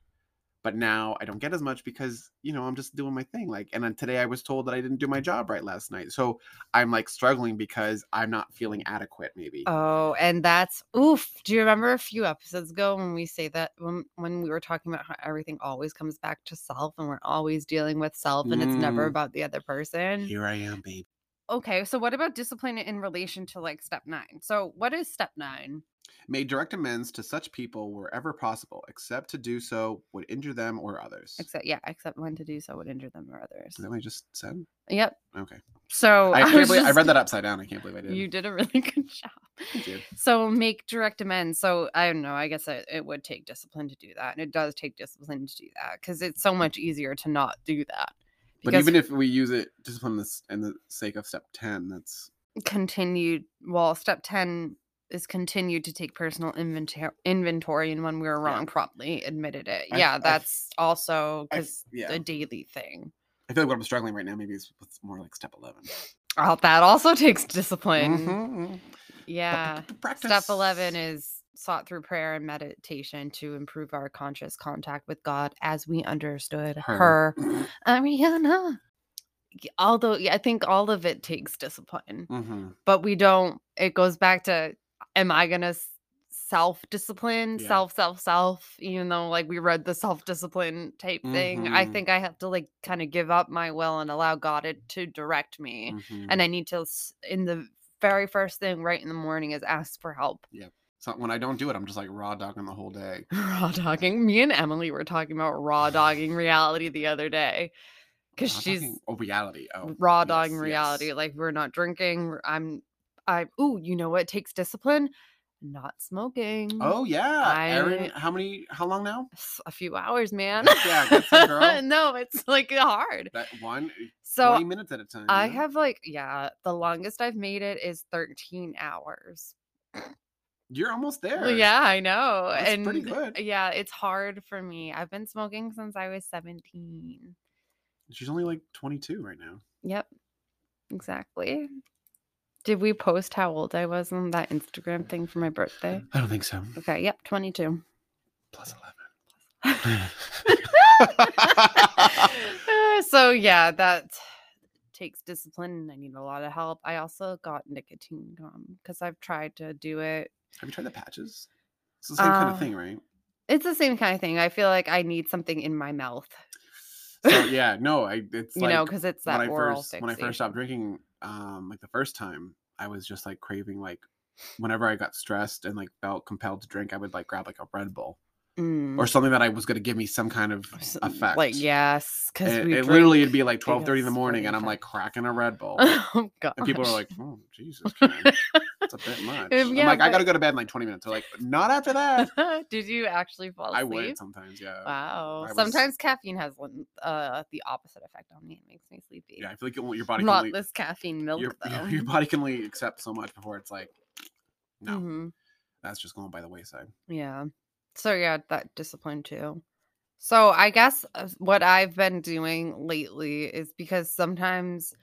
Speaker 1: But now I don't get as much because, you know, I'm just doing my thing. Like, and then today I was told that I didn't do my job right last night. So I'm like struggling because I'm not feeling adequate, maybe.
Speaker 2: Oh, and that's oof. Do you remember a few episodes ago when we say that when when we were talking about how everything always comes back to self and we're always dealing with self and it's never
Speaker 1: Mm.
Speaker 2: about the other person?
Speaker 1: Here I am, baby.
Speaker 2: Okay, so what about discipline in relation to like step 9? So what is step 9?
Speaker 1: Made direct amends to such people wherever possible, except to do so would injure them or others. Is
Speaker 2: Except yeah, except when to do so would injure them or others.
Speaker 1: that what I just said?
Speaker 2: Yep.
Speaker 1: Okay.
Speaker 2: So
Speaker 1: I, can't
Speaker 2: Oh, was
Speaker 1: believe, I
Speaker 2: just-
Speaker 1: read that upside down. I can't believe I did.
Speaker 2: You did a really good job.
Speaker 1: Thank you.
Speaker 2: So make direct amends. So I don't know. I guess it, it would take discipline to do that, and it does take discipline to do that because it's so much easier to not do that.
Speaker 1: But even if we use it just from this and the sake of step ten, that's
Speaker 2: continued, well, step ten is continued to take personal inventory inventory, and when we were
Speaker 1: Yeah.
Speaker 2: wrong, promptly admitted it.
Speaker 1: I-
Speaker 2: yeah,
Speaker 1: I-
Speaker 2: that's also
Speaker 1: I,
Speaker 2: because
Speaker 1: yeah.
Speaker 2: a daily thing.
Speaker 1: I feel like what I'm struggling right now maybe is with more like step 11
Speaker 2: Oh, that also takes discipline.
Speaker 1: Mhm.
Speaker 2: Yeah.
Speaker 1: Pra- practice.
Speaker 2: Step 11 is sought through prayer and meditation to improve our conscious contact with God as we understood her.
Speaker 1: Mm-hmm,
Speaker 2: Ariana. Y- Although yeah, I think all of it takes discipline,
Speaker 1: Mhm.
Speaker 2: but we don't, it goes back to am I going to self discipline,
Speaker 1: Yeah.
Speaker 2: self, self, self, even though like we read the self discipline type thing? I
Speaker 1: Mhm.
Speaker 2: think I have to like kind of give up my will and allow God it to direct me
Speaker 1: Mhm.
Speaker 2: and I need to s- in the very first thing right in the morning is ask for help.
Speaker 1: So when I don't do it, I'm just like raw dogging the whole day.
Speaker 2: Raw dogging. Me and Emily were talking about raw dogging reality the other day because
Speaker 1: Raw
Speaker 2: she's
Speaker 1: dogging- oh reality. Oh,
Speaker 2: raw
Speaker 1: yes,
Speaker 2: dogging reality.
Speaker 1: yes.
Speaker 2: Like we're not drinking. we're- I'm, I. Ooh, you know what takes discipline? Not smoking.
Speaker 1: Oh yeah,
Speaker 2: I-
Speaker 1: Erin. How many? How long now?
Speaker 2: S- a few hours, man.
Speaker 1: Heck yeah, good for girl.
Speaker 2: no, it's like hard.
Speaker 1: That one.
Speaker 2: So
Speaker 1: Twenty minutes at a time.
Speaker 2: I
Speaker 1: yeah?
Speaker 2: have like, yeah, the longest I've made it is 13 hours.
Speaker 1: You're almost there.
Speaker 2: Well, Yeah, I know.
Speaker 1: That's
Speaker 2: and
Speaker 1: pretty good.
Speaker 2: yeah, it's hard for me. I've been smoking since I was 17.
Speaker 1: She's only like 22 right now.
Speaker 2: Yep. Exactly. Did we post how old I was on that Instagram thing for my birthday?
Speaker 1: I don't think so.
Speaker 2: Okay, yep, 22.
Speaker 1: Plus 11.
Speaker 2: Uh, so yeah, that takes discipline and I need a lot of help. I also got nicotine gum because I've tried to do it.
Speaker 1: Have you tried the patches? It's the same kind
Speaker 2: Uh,
Speaker 1: of thing, right?
Speaker 2: It's the same kind of thing. I feel like I need something in my mouth,
Speaker 1: So yeah, no, I it's
Speaker 2: you
Speaker 1: like
Speaker 2: know, because it's that
Speaker 1: when I
Speaker 2: oral
Speaker 1: first when I first
Speaker 2: fixation.
Speaker 1: stopped drinking, um, like the first time, I was just like craving like whenever I got stressed and like felt compelled to drink, I would like grab like a Red Bull
Speaker 2: Mm.
Speaker 1: or something that I was gonna give me some kind of
Speaker 2: S-
Speaker 1: effect.
Speaker 2: Like yes, because
Speaker 1: It,
Speaker 2: we
Speaker 1: it literally it'd be
Speaker 2: drink-
Speaker 1: like
Speaker 2: it
Speaker 1: twelve thirty in the
Speaker 2: goes for
Speaker 1: morning, and I'm
Speaker 2: effect.
Speaker 1: like cracking a Red Bull.
Speaker 2: oh god,
Speaker 1: And people are like, "Oh, Jesus, Karen, that's a bit much."
Speaker 2: yeah,
Speaker 1: I'm like, "I
Speaker 2: but-
Speaker 1: gotta go to bed in like 20 minutes." They're like, "Not after that."
Speaker 2: did you actually fall asleep?
Speaker 1: I would sometimes, yeah.
Speaker 2: Wow.
Speaker 1: I was-
Speaker 2: Sometimes caffeine has one, uh, the opposite effect on me. It makes me sleepy.
Speaker 1: Yeah, I feel like your- your body
Speaker 2: Not
Speaker 1: can only,
Speaker 2: this caffeine milk
Speaker 1: your,
Speaker 2: though.
Speaker 1: your, your body can only accept so much before it's like, no,
Speaker 2: Mhm.
Speaker 1: that's just going by the wayside.
Speaker 2: Yeah. So yeah, that discipline too. So I guess uh, what I've been doing lately is because sometimes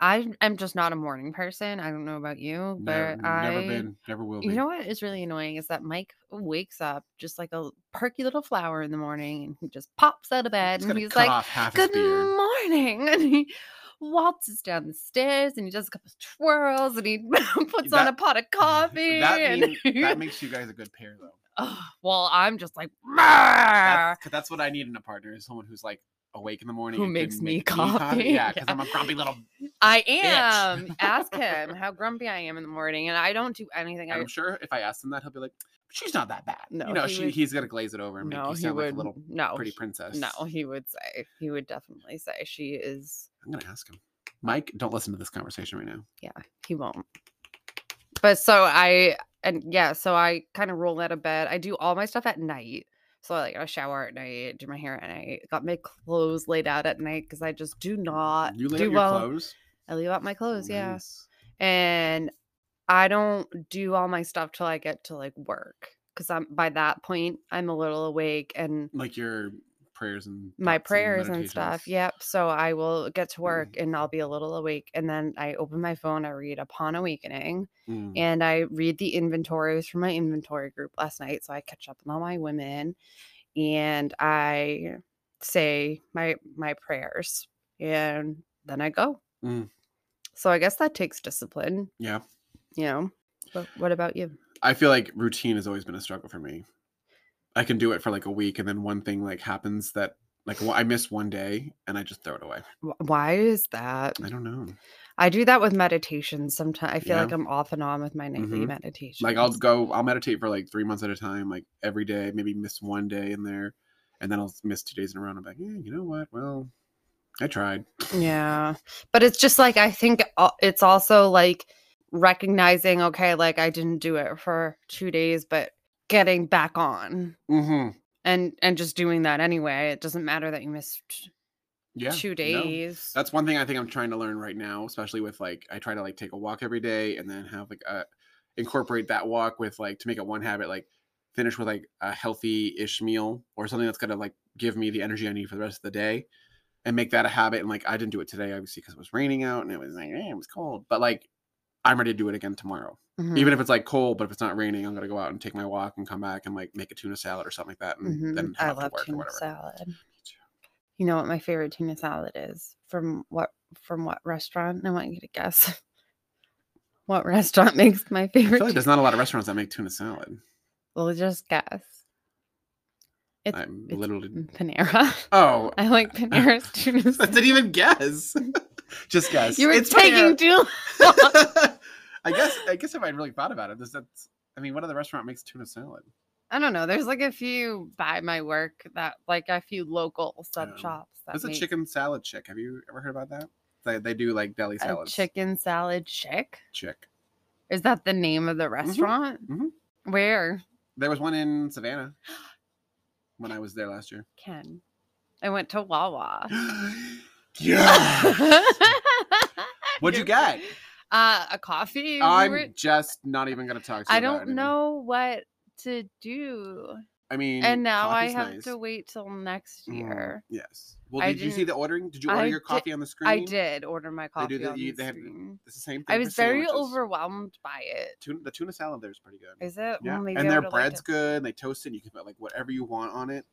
Speaker 2: I am just not a morning person. I don't know about you,
Speaker 1: Never,
Speaker 2: but I
Speaker 1: never been, never will be.
Speaker 2: You know what is really annoying is that Mike wakes up just like a perky little flower in the morning and he just pops out of bed
Speaker 1: Just
Speaker 2: and
Speaker 1: gotta
Speaker 2: he's
Speaker 1: cut
Speaker 2: like,
Speaker 1: off half his
Speaker 2: Good
Speaker 1: beard.
Speaker 2: morning. And he waltzes down the stairs and he does a couple twirls and he puts on
Speaker 1: That-
Speaker 2: a pot of coffee.
Speaker 1: That,
Speaker 2: and
Speaker 1: mean- that makes you guys a good pair, though.
Speaker 2: Ugh, well, I'm just like,
Speaker 1: That's, 'cause that's what I need in a partner is someone who's like awake in the morning
Speaker 2: Who
Speaker 1: and can
Speaker 2: makes me
Speaker 1: make
Speaker 2: coffee.
Speaker 1: Yeah, because
Speaker 2: Yeah.
Speaker 1: I'm a grumpy little.
Speaker 2: I am. Ask him how grumpy I am in the morning, and I don't do anything.
Speaker 1: and
Speaker 2: I
Speaker 1: I'm sure if I asked him that, he'll be like, "She's not that bad."
Speaker 2: No,
Speaker 1: you know,
Speaker 2: he
Speaker 1: she,
Speaker 2: would-
Speaker 1: he's gonna glaze it over and make
Speaker 2: no,
Speaker 1: you
Speaker 2: he
Speaker 1: sound like
Speaker 2: would
Speaker 1: a little
Speaker 2: no,
Speaker 1: pretty
Speaker 2: he-
Speaker 1: princess.
Speaker 2: no, he would say he would definitely say she is.
Speaker 1: I'm gonna ask him. Mike, don't listen to this conversation right now.
Speaker 2: Yeah, he won't. But so I and yeah, so I kind of roll out of bed. I do all my stuff at night. So like I shower at night, do my hair at night, got my clothes laid out at night because I just do not
Speaker 1: You lay
Speaker 2: Uh, do
Speaker 1: out your
Speaker 2: well.
Speaker 1: clothes.
Speaker 2: I leave out my clothes, yeah.
Speaker 1: Nice.
Speaker 2: and I don't do all my stuff till I get to like work because I'm by that point I'm a little awake and
Speaker 1: Like your prayers and
Speaker 2: my
Speaker 1: thoughts
Speaker 2: prayers and stuff.
Speaker 1: meditations.
Speaker 2: Yep. So I will get
Speaker 1: Mm.
Speaker 2: to work and I'll be a little awake and then I open my phone. I read Upon Awakening
Speaker 1: Mm.
Speaker 2: and I read the inventories from my inventory group last night. So I catch up on all my women and I say my my prayers and then I go.
Speaker 1: Mm.
Speaker 2: So I guess that takes discipline,
Speaker 1: Yeah,
Speaker 2: you know. But what about you?
Speaker 1: I feel like routine has always been a struggle for me. I can do it for like a week, and then one thing like happens that like wh- I miss one day, and I just throw it away.
Speaker 2: Wh- Why is that?
Speaker 1: I don't know.
Speaker 2: I do that with meditation sometimes. I feel
Speaker 1: Yeah.
Speaker 2: like I'm off and on with my nightly
Speaker 1: Mhm.
Speaker 2: meditation.
Speaker 1: Like I'll go, I'll meditate for like three months at a time, like every day. Maybe miss one day in there, and then I'll miss two days in a row. And I'm like, yeah, you know what? Well, I tried.
Speaker 2: Yeah. But it's just like, I think al- it's also like recognizing, okay, like I didn't do it for two days, but getting back on
Speaker 1: Mm-hmm.
Speaker 2: and and just doing that anyway. It doesn't matter that you missed
Speaker 1: Yeah.
Speaker 2: two
Speaker 1: no.
Speaker 2: days.
Speaker 1: That's one thing I think I'm trying to learn right now, especially with like I try to like take a walk every day and then have like a incorporate that walk with like to make it one habit, like finish with like a healthy ish meal or something that's gonna like give me the energy I need for the rest of the day and make that a habit. And like I didn't do it today, obviously, because it was raining out and it was like, eh, it was cold. But like I'm ready to do it again tomorrow.
Speaker 2: Mhm.
Speaker 1: Even if it's like cold, but if it's not raining, I'm gonna go out and take my walk and come back and like make a tuna salad or something like that and
Speaker 2: Mhm.
Speaker 1: then head
Speaker 2: I
Speaker 1: off to
Speaker 2: love
Speaker 1: work or
Speaker 2: tuna
Speaker 1: whatever.
Speaker 2: salad. You know what my favorite tuna salad is from what from what restaurant? I want you to guess. What restaurant makes my
Speaker 1: I
Speaker 2: favorite?
Speaker 1: feel like there's not a lot of restaurants that make tuna salad.
Speaker 2: Well, just guess. It's,
Speaker 1: I'm
Speaker 2: it's
Speaker 1: literally
Speaker 2: Panera.
Speaker 1: Oh,
Speaker 2: I like Panera's tuna
Speaker 1: I
Speaker 2: salad.
Speaker 1: didn't even guess. Just guess.
Speaker 2: You were
Speaker 1: It's Panera.
Speaker 2: taking too.
Speaker 1: I guess I guess if I'd really thought about it, this that's I mean, what other restaurant makes tuna salad?
Speaker 2: I don't know. There's like a few by my work that like a few local sub
Speaker 1: Um,
Speaker 2: shops. That
Speaker 1: There's a
Speaker 2: make
Speaker 1: chicken salad chick. Have you ever heard about that? They, they do like deli
Speaker 2: a
Speaker 1: salads.
Speaker 2: chicken salad chick.
Speaker 1: chick.
Speaker 2: Is that the name of the
Speaker 1: Mm-hmm.
Speaker 2: restaurant?
Speaker 1: mhm.
Speaker 2: Where
Speaker 1: There was one in Savannah when I was there last year.
Speaker 2: Ken? I went to Wawa.
Speaker 1: yeah. What'd you
Speaker 2: You're-
Speaker 1: get?
Speaker 2: Uh, a coffee. We were-
Speaker 1: I'm just not even gonna talk to you. about
Speaker 2: I
Speaker 1: it
Speaker 2: don't
Speaker 1: anymore.
Speaker 2: know what to do,
Speaker 1: I mean,
Speaker 2: and now I
Speaker 1: coffee's
Speaker 2: have
Speaker 1: nice.
Speaker 2: to wait till next
Speaker 1: Mhm,
Speaker 2: year.
Speaker 1: Yes. Well,
Speaker 2: I
Speaker 1: did you see
Speaker 2: didn't-
Speaker 1: the ordering? Did you order
Speaker 2: I
Speaker 1: your
Speaker 2: di-
Speaker 1: coffee on the screen?
Speaker 2: I did order my coffee
Speaker 1: They do the-
Speaker 2: on
Speaker 1: you-
Speaker 2: the e,
Speaker 1: they have-
Speaker 2: screen.
Speaker 1: It's the same thing.
Speaker 2: I
Speaker 1: for
Speaker 2: was very
Speaker 1: sandwiches.
Speaker 2: overwhelmed by it.
Speaker 1: Tuna, the tuna salad there is pretty good.
Speaker 2: Is it?
Speaker 1: yeah,
Speaker 2: Well, maybe I
Speaker 1: and their
Speaker 2: would've liked
Speaker 1: bread's
Speaker 2: it.
Speaker 1: good. And they toast it. And you can put like whatever you want on it.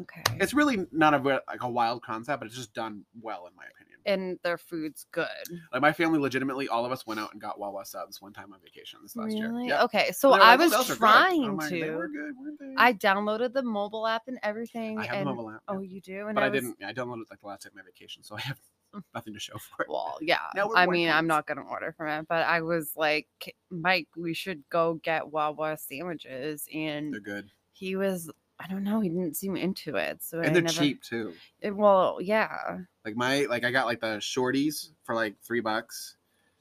Speaker 2: Okay.
Speaker 1: It's really not a ve- like a wild concept, but it's just done well in my opinion.
Speaker 2: and their food's good.
Speaker 1: Like my family, legitimately, all of us went out and got Wawa subs one time on vacation this last year.
Speaker 2: Really?
Speaker 1: Yeah.
Speaker 2: Okay. So
Speaker 1: They were
Speaker 2: I
Speaker 1: like, "Oh,
Speaker 2: was
Speaker 1: those are good." I'm
Speaker 2: trying
Speaker 1: like, They were
Speaker 2: to.
Speaker 1: good, weren't they?
Speaker 2: I downloaded the mobile app and everything.
Speaker 1: I have
Speaker 2: and,
Speaker 1: the mobile app. yeah.
Speaker 2: Oh, you do? And
Speaker 1: but I,
Speaker 2: was-
Speaker 1: didn't. I downloaded like the last day of my vacation, so I have
Speaker 2: Mm.
Speaker 1: nothing to show for it.
Speaker 2: Well, yeah.
Speaker 1: Now we're
Speaker 2: I
Speaker 1: white
Speaker 2: mean, I'm
Speaker 1: ones.
Speaker 2: not gonna order from it, but I was like, "K- Mike, we should go get Wawa sandwiches, and
Speaker 1: They're good,
Speaker 2: he was. I don't know. He didn't seem into it, so I
Speaker 1: and they're
Speaker 2: never-
Speaker 1: cheap too.
Speaker 2: it- well, yeah.
Speaker 1: Like my like I got like the shorties for like three bucks,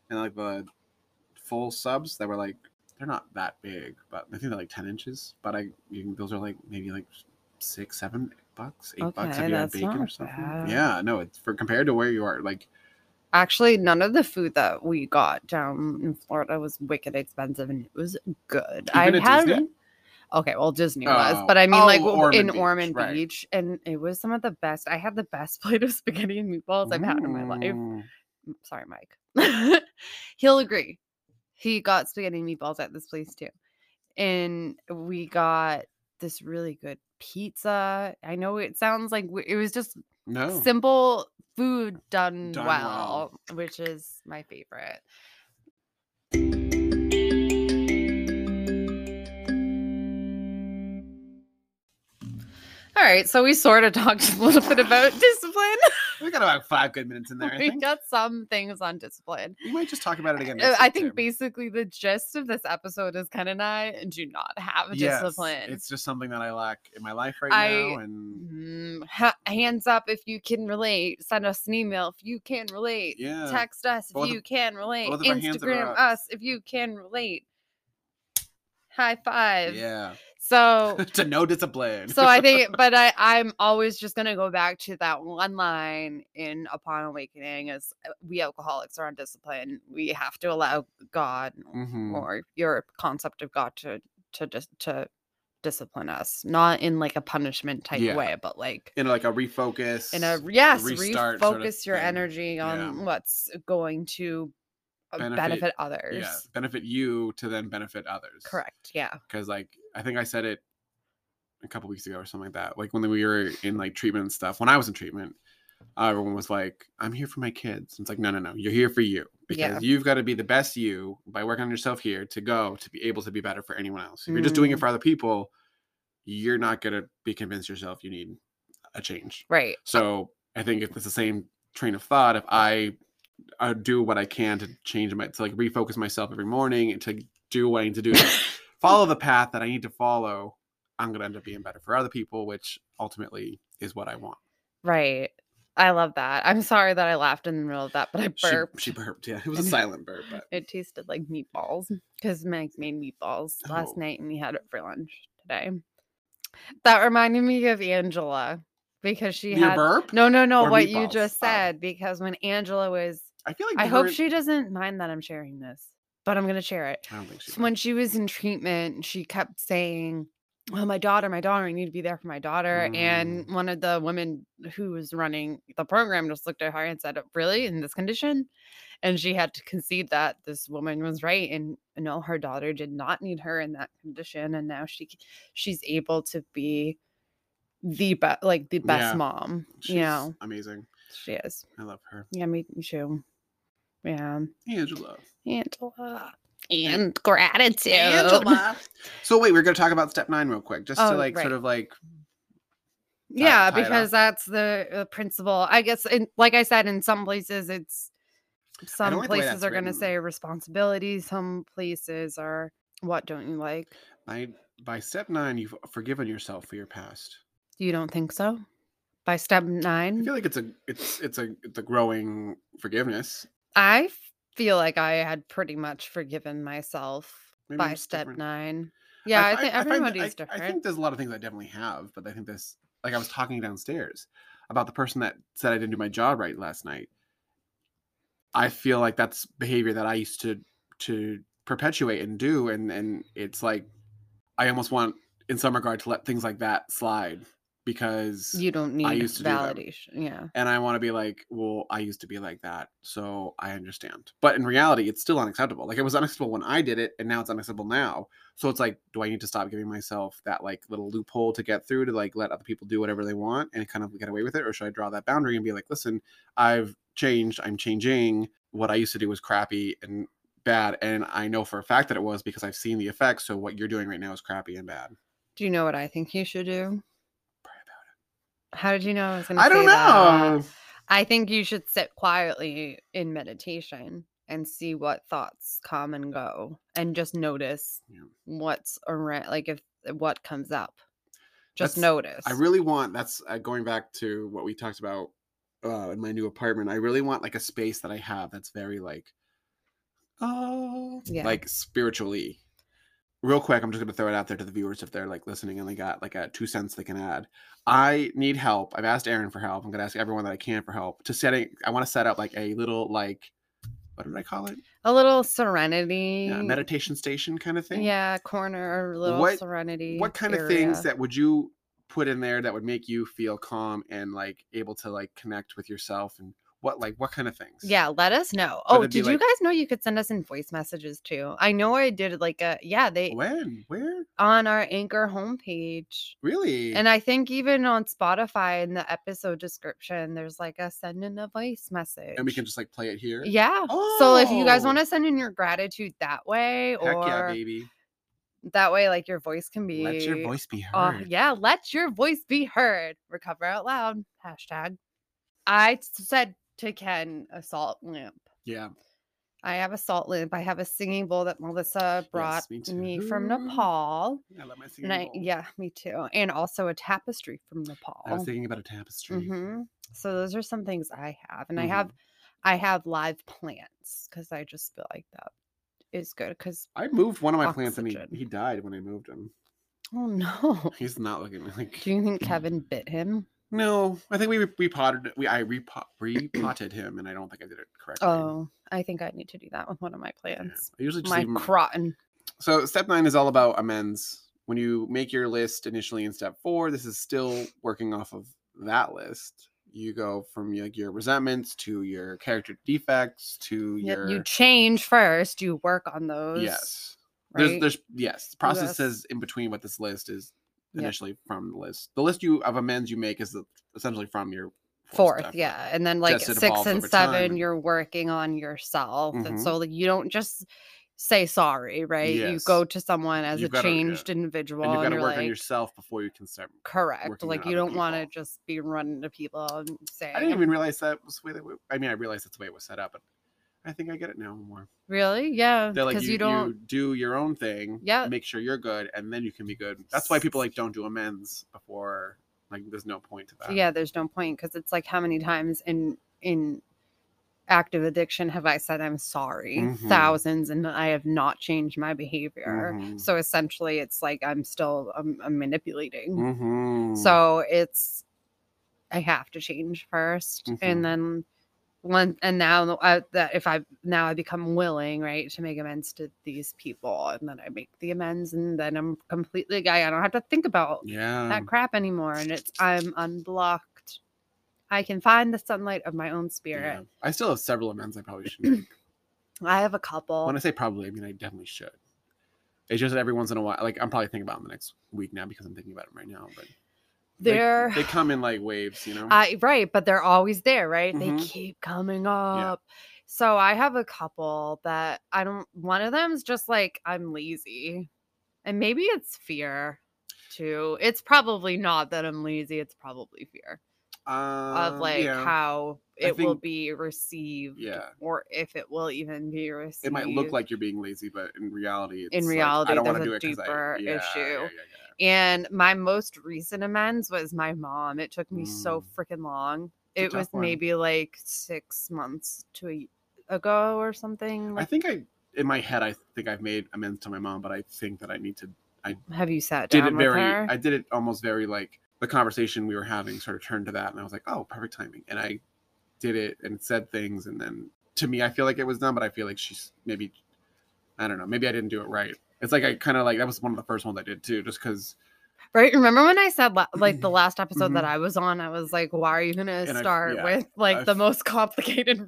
Speaker 1: and like the full subs that were like they're not that big, but I think they're like ten inches. But I you can, those are like maybe like six, seven bucks, eight bucks
Speaker 2: Okay,
Speaker 1: if you had
Speaker 2: that's
Speaker 1: bacon or
Speaker 2: not
Speaker 1: something.
Speaker 2: bad.
Speaker 1: Yeah, no, it's for compared to where you are. Like
Speaker 2: Actually, none of the food that we got down in Florida was wicked expensive, and it was good.
Speaker 1: Even
Speaker 2: I
Speaker 1: at
Speaker 2: had.
Speaker 1: Disney?
Speaker 2: Okay, well, Disney was,
Speaker 1: Oh.
Speaker 2: but I mean, like
Speaker 1: Oh,
Speaker 2: w-
Speaker 1: Ormond
Speaker 2: in
Speaker 1: Beach,
Speaker 2: Ormond
Speaker 1: right.
Speaker 2: Beach, and it was some of the best. I had the best plate of spaghetti and meatballs I've had in my life.
Speaker 1: Mm.
Speaker 2: M- sorry, Mike. He'll agree. He got spaghetti and meatballs at this place too. And we got this really good pizza. I know it sounds like w- it was just
Speaker 1: No,
Speaker 2: simple food done,
Speaker 1: Oh. Done well.
Speaker 2: well, which is my favorite. All right, so we sort of talked a little bit about discipline.
Speaker 1: we got about five good minutes in there. I
Speaker 2: we
Speaker 1: think
Speaker 2: got some things on discipline.
Speaker 1: we might just talk about it again.
Speaker 2: Uh,
Speaker 1: next
Speaker 2: I
Speaker 1: week,
Speaker 2: think
Speaker 1: too.
Speaker 2: basically the gist of this episode is Ken and I do not have
Speaker 1: Yes,
Speaker 2: discipline.
Speaker 1: It's just something that I lack in my life right
Speaker 2: I-
Speaker 1: now, and
Speaker 2: Mm, ha- hands up if you can relate. Send us an email if you can relate.
Speaker 1: yeah,
Speaker 2: Text us if
Speaker 1: Both of-
Speaker 2: you can relate.
Speaker 1: both of our hands are
Speaker 2: Instagram
Speaker 1: up.
Speaker 2: us if you can relate. High five.
Speaker 1: yeah,
Speaker 2: So
Speaker 1: to no discipline.
Speaker 2: so I think but I I'm always just going to go back to that one line in Upon Awakening is uh, we alcoholics are undisciplined. We have to allow God
Speaker 1: Mhm.
Speaker 2: or your concept of God to to dis- to discipline us, not in like a punishment type
Speaker 1: Yeah.
Speaker 2: way, but like
Speaker 1: in like a refocus
Speaker 2: in a yes,
Speaker 1: restart
Speaker 2: refocus
Speaker 1: sort of
Speaker 2: your
Speaker 1: thing.
Speaker 2: energy on
Speaker 1: Yeah.
Speaker 2: what's going to uh, benefit,
Speaker 1: Benefit-
Speaker 2: others.
Speaker 1: yeah benefit you to then benefit others
Speaker 2: Correct. Yeah.
Speaker 1: because like i think i said it a couple weeks ago or something like that like when we were in like treatment and stuff when i was in treatment uh, everyone was like i'm here for my kids and it's like no no no you're here for you because
Speaker 2: Yeah.
Speaker 1: you've got to be the best you by working on yourself here to go to be able to be better for anyone else if you're just doing it
Speaker 2: Mm.
Speaker 1: for other people you're not going to be convinced yourself you need a change
Speaker 2: Right.
Speaker 1: So I think if it's the same train of thought, if I, I do what I can to change my to like refocus myself every morning and to do what I need to do, to follow the path that I need to follow, I'm gonna end up being better for other people, which ultimately is what I want.
Speaker 2: Right. I love that. I'm sorry that I laughed in the middle of that, but I
Speaker 1: She-
Speaker 2: burped.
Speaker 1: She, burped. Yeah, it was a silent burp, but
Speaker 2: It tasted like meatballs because Meg made meatballs
Speaker 1: Oh.
Speaker 2: last night and we had it for lunch today. That reminded me of Angela because she
Speaker 1: your
Speaker 2: had
Speaker 1: burp.
Speaker 2: no, no, no,
Speaker 1: or
Speaker 2: what you
Speaker 1: meatballs?
Speaker 2: just
Speaker 1: Oh.
Speaker 2: said. Because when Angela was,
Speaker 1: I feel like
Speaker 2: I hope
Speaker 1: her-
Speaker 2: she doesn't mind that I'm sharing this, but I'm gonna share it.
Speaker 1: I don't think she.
Speaker 2: So when she was in treatment, she kept saying, "Oh, my daughter, my daughter, I need to be there for my daughter." And one of the women who was running the program just looked at her and said, "Really, in this condition?" And she had to concede that this woman was right, and no, her daughter did not need her in that condition, and now she c- she's able to be the best, like the best
Speaker 1: Yeah.
Speaker 2: mom.
Speaker 1: She's
Speaker 2: You know,
Speaker 1: amazing.
Speaker 2: she is.
Speaker 1: I love her,
Speaker 2: Yeah, me too. Yeah,
Speaker 1: Angela.
Speaker 2: Angela. And gratitude.
Speaker 1: So wait, we're gonna talk about step nine real quick, just to
Speaker 2: Oh,
Speaker 1: like
Speaker 2: right.
Speaker 1: sort of like
Speaker 2: yeah
Speaker 1: tie it off.
Speaker 2: because that's the uh, principle i guess in, like i said in some places it's Some
Speaker 1: like the way
Speaker 2: places
Speaker 1: that's
Speaker 2: are going to
Speaker 1: written.
Speaker 2: say responsibility. Some places are what don't you like?
Speaker 1: By by step nine, you've forgiven yourself for your past.
Speaker 2: You don't think so? By step
Speaker 1: I
Speaker 2: nine,
Speaker 1: feel like it's a it's it's a it's a growing forgiveness.
Speaker 2: I feel like I had pretty much forgiven myself
Speaker 1: Maybe
Speaker 2: by
Speaker 1: it's
Speaker 2: step
Speaker 1: different.
Speaker 2: nine. Yeah, I,
Speaker 1: fi-
Speaker 2: think
Speaker 1: find-
Speaker 2: everybody's
Speaker 1: I-
Speaker 2: different.
Speaker 1: I think there's a lot of things I definitely have, but I think this, like I was talking downstairs about the person that said I didn't do my job right last night. I feel like that's behavior that I used to to perpetuate and do, and and it's like I almost want, in some regard, to let things like that slide because
Speaker 2: you don't need
Speaker 1: used to do them.
Speaker 2: validation. Yeah.
Speaker 1: and I want to be like, well, I used to be like that, so I understand. But in reality, it's still unacceptable. Like it was unacceptable when I did it, and now it's unacceptable now. So it's like, do I need to stop giving myself that like little loophole to get through to like let other people do whatever they want and kind of get away with it, or should I draw that boundary and be like, listen, I've changed, I'm changing. What I used to do was crappy and bad, and I know for a fact that it was because I've seen the effects. So what you're doing right now is crappy and bad.
Speaker 2: Do you know what I think you should do?
Speaker 1: Pray about
Speaker 2: How did you know I was going
Speaker 1: it.
Speaker 2: to
Speaker 1: I don't know.
Speaker 2: I think you should sit quietly in meditation and see what thoughts come and go and just notice
Speaker 1: Yeah.
Speaker 2: what's around, like if what comes up. Just
Speaker 1: That's-
Speaker 2: notice.
Speaker 1: I really want that's uh, going back to what we talked about uh, in my new apartment. I really want like a space that I have that's very like, oh,
Speaker 2: Yeah.
Speaker 1: like spiritually. Real quick, I'm just going to throw it out there to the viewers if they're like listening and they got like a two cents they can add. I need help. I've asked Aaron for help. I'm going to ask everyone that I can for help to setting. I want to set up like a little like, what did I call it?
Speaker 2: a little serenity.
Speaker 1: Yeah, meditation station kind of thing.
Speaker 2: Yeah, corner or little
Speaker 1: What-
Speaker 2: serenity.
Speaker 1: what kind of things
Speaker 2: area.
Speaker 1: that would you put in there that would make you feel calm and like able to like connect with yourself and what like what kind of things
Speaker 2: Yeah, let us know. Oh,
Speaker 1: it be
Speaker 2: did you
Speaker 1: like-
Speaker 2: guys know you could send us in voice messages too? I know I did like a yeah, they
Speaker 1: when where
Speaker 2: on our anchor homepage.
Speaker 1: really
Speaker 2: And I think even on Spotify in the episode description, there's like a send in a voice message.
Speaker 1: and we can just like play it here
Speaker 2: Yeah. So if you guys
Speaker 1: Oh.
Speaker 2: want to send in your gratitude that way
Speaker 1: heck
Speaker 2: or
Speaker 1: yeah baby
Speaker 2: that way like your voice can be
Speaker 1: let your voice be
Speaker 2: Oh,
Speaker 1: heard
Speaker 2: yeah, let your voice be heard. Recover out loud. Hashtag. I s- said to Ken a salt lamp.
Speaker 1: yeah
Speaker 2: I have a salt lamp. I have a singing bowl that Melissa brought
Speaker 1: me
Speaker 2: me, from
Speaker 1: too.
Speaker 2: Nepal.
Speaker 1: i love my singing
Speaker 2: And I,
Speaker 1: bowl.
Speaker 2: yeah, oh. me too. And also a tapestry from Nepal.
Speaker 1: i was thinking about a tapestry
Speaker 2: hmm So those are some things I have, and
Speaker 1: Mhm.
Speaker 2: I have, I have live plants because I just feel like that is good. Because
Speaker 1: i moved one of my plants and
Speaker 2: Oxygen.
Speaker 1: he, he died when i moved him
Speaker 2: oh no,
Speaker 1: he's not looking like
Speaker 2: do you think Kevin bit him?
Speaker 1: no i think we re- repotted we i repot, repotted him and i don't think i did it correctly
Speaker 2: Oh, I think I need to do that with one of my
Speaker 1: Yeah.
Speaker 2: plants.
Speaker 1: i usually just
Speaker 2: My
Speaker 1: leave 'em-
Speaker 2: croton.
Speaker 1: So step nine is all about amends. When you make your list initially in step four, this is still working off of that list. You go from like your resentments to your character defects to
Speaker 2: Yeah,
Speaker 1: your
Speaker 2: You change first. You work on those.
Speaker 1: yes. There's
Speaker 2: right?
Speaker 1: there's yes processes in between what this list is
Speaker 2: Yep.
Speaker 1: initially from the list. The list you of amends you make is the, essentially from your
Speaker 2: fourth
Speaker 1: step.
Speaker 2: yeah and then like
Speaker 1: Yes, it
Speaker 2: six
Speaker 1: evolves
Speaker 2: and
Speaker 1: over
Speaker 2: seven
Speaker 1: time.
Speaker 2: you're working on yourself and
Speaker 1: Mhm.
Speaker 2: so like you don't just say sorry right you
Speaker 1: Yes.
Speaker 2: go to someone as
Speaker 1: You've
Speaker 2: a
Speaker 1: gotta- yeah.
Speaker 2: changed individual
Speaker 1: And
Speaker 2: and,
Speaker 1: you've got to
Speaker 2: you're
Speaker 1: work
Speaker 2: like
Speaker 1: on yourself before you can start.
Speaker 2: correct
Speaker 1: working
Speaker 2: like
Speaker 1: on
Speaker 2: you
Speaker 1: other
Speaker 2: don't want to
Speaker 1: people.
Speaker 2: just be running to people and saying
Speaker 1: I didn't even realize that was the way that. We, I mean, I realized that's the way it was set up, but I think I get it now more.
Speaker 2: really yeah
Speaker 1: They're
Speaker 2: because
Speaker 1: like you,
Speaker 2: you,
Speaker 1: you,
Speaker 2: don't
Speaker 1: do your own thing,
Speaker 2: Yeah.
Speaker 1: Make sure you're good, and then you can be good. That's why people like don't do amends before. Like, there's no point to that.
Speaker 2: yeah there's no point because it's like how many times in in active addiction have i said i'm sorry
Speaker 1: Mhm.
Speaker 2: thousands and i have not changed my behavior
Speaker 1: Mhm.
Speaker 2: so essentially it's like i'm still um, I'm manipulating
Speaker 1: Mhm.
Speaker 2: Mm. So it's I have to change 1st
Speaker 1: Mhm.
Speaker 2: and then one and now I, that if I now I become willing right to make amends to these people and then I make the amends and then I'm completely guy I don't have to think about
Speaker 1: yeah,
Speaker 2: that crap anymore and it's I'm unblocked. I can find the sunlight of my own
Speaker 1: yeah.
Speaker 2: spirit.
Speaker 1: I still have several amends I probably should make.
Speaker 2: I have a couple.
Speaker 1: when I say probably, I mean I definitely should. It's just that every once in a while, like I'm probably thinking about them the next week now because I'm thinking about them right now. But they-
Speaker 2: They're
Speaker 1: they, come in like waves, you know.
Speaker 2: I right, but they're always there, right? They
Speaker 1: Mhm.
Speaker 2: keep coming up. So I have a couple that I don't one of them's just like I'm lazy. And maybe it's fear too. It's probably not that I'm lazy, it's probably fear
Speaker 1: um,
Speaker 2: of like
Speaker 1: yeah.
Speaker 2: how it will
Speaker 1: think-
Speaker 2: be received
Speaker 1: Yeah.
Speaker 2: or if it will even be received.
Speaker 1: It might look like you're being lazy, but in reality, it's like,
Speaker 2: reality,
Speaker 1: I don't want to
Speaker 2: there's
Speaker 1: do
Speaker 2: a
Speaker 1: it 'cause I-
Speaker 2: deeper
Speaker 1: yeah,
Speaker 2: issue.
Speaker 1: yeah, yeah,
Speaker 2: And my most recent amends was my mom. It took me so
Speaker 1: Mm.
Speaker 2: freaking long.
Speaker 1: It's a
Speaker 2: It was
Speaker 1: tough one.
Speaker 2: maybe like six months to a y- ago or something.
Speaker 1: yeah. I
Speaker 2: Like,
Speaker 1: think I, in my head, I think I've made amends to my mom, but I think that I need to.
Speaker 2: have you sat down
Speaker 1: Did it
Speaker 2: with
Speaker 1: very.
Speaker 2: her?
Speaker 1: I did it almost very like the conversation we were having sort of turned to that, and I was like, oh, perfect timing, and I did it and said things, and then to me, I feel like it was done, but I feel like she's maybe, I don't know, maybe I didn't do it right. It's like I kind of like that was one of the first ones I did too, just because
Speaker 2: Right? Remember when I said la- like the last episode that I was on, I was like, "Why are you gonna
Speaker 1: Mm-hmm. And I-
Speaker 2: start
Speaker 1: yeah,
Speaker 2: with like
Speaker 1: I
Speaker 2: the
Speaker 1: f-
Speaker 2: most complicated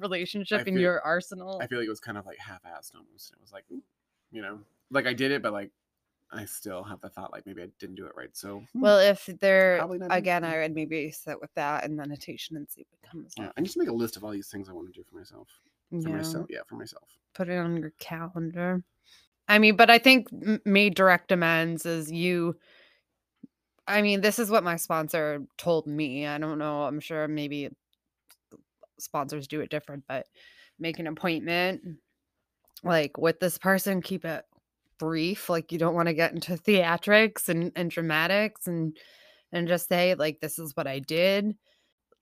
Speaker 1: I
Speaker 2: relationship in
Speaker 1: feel-
Speaker 2: your arsenal?"
Speaker 1: I feel like it was kind of like half-assed almost. It was like, "Ooh," you know, like I did it, but like I still have the thought like maybe I didn't do it right. So hmm,
Speaker 2: well, if there
Speaker 1: probably not me.
Speaker 2: again, I would maybe sit with that and meditation and see what comes
Speaker 1: yeah,
Speaker 2: up.
Speaker 1: I need to make a list of all these things I want to do for myself. For
Speaker 2: Yeah.
Speaker 1: myself, yeah, for myself.
Speaker 2: put it on your calendar. I mean, but I think m- made direct amends is you. I mean, this is what my sponsor told me. I don't know. I'm sure maybe sponsors do it different, but make an appointment like with this person, keep it brief. Like you don't want to get into theatrics and, and dramatics and and just say like this is what I did.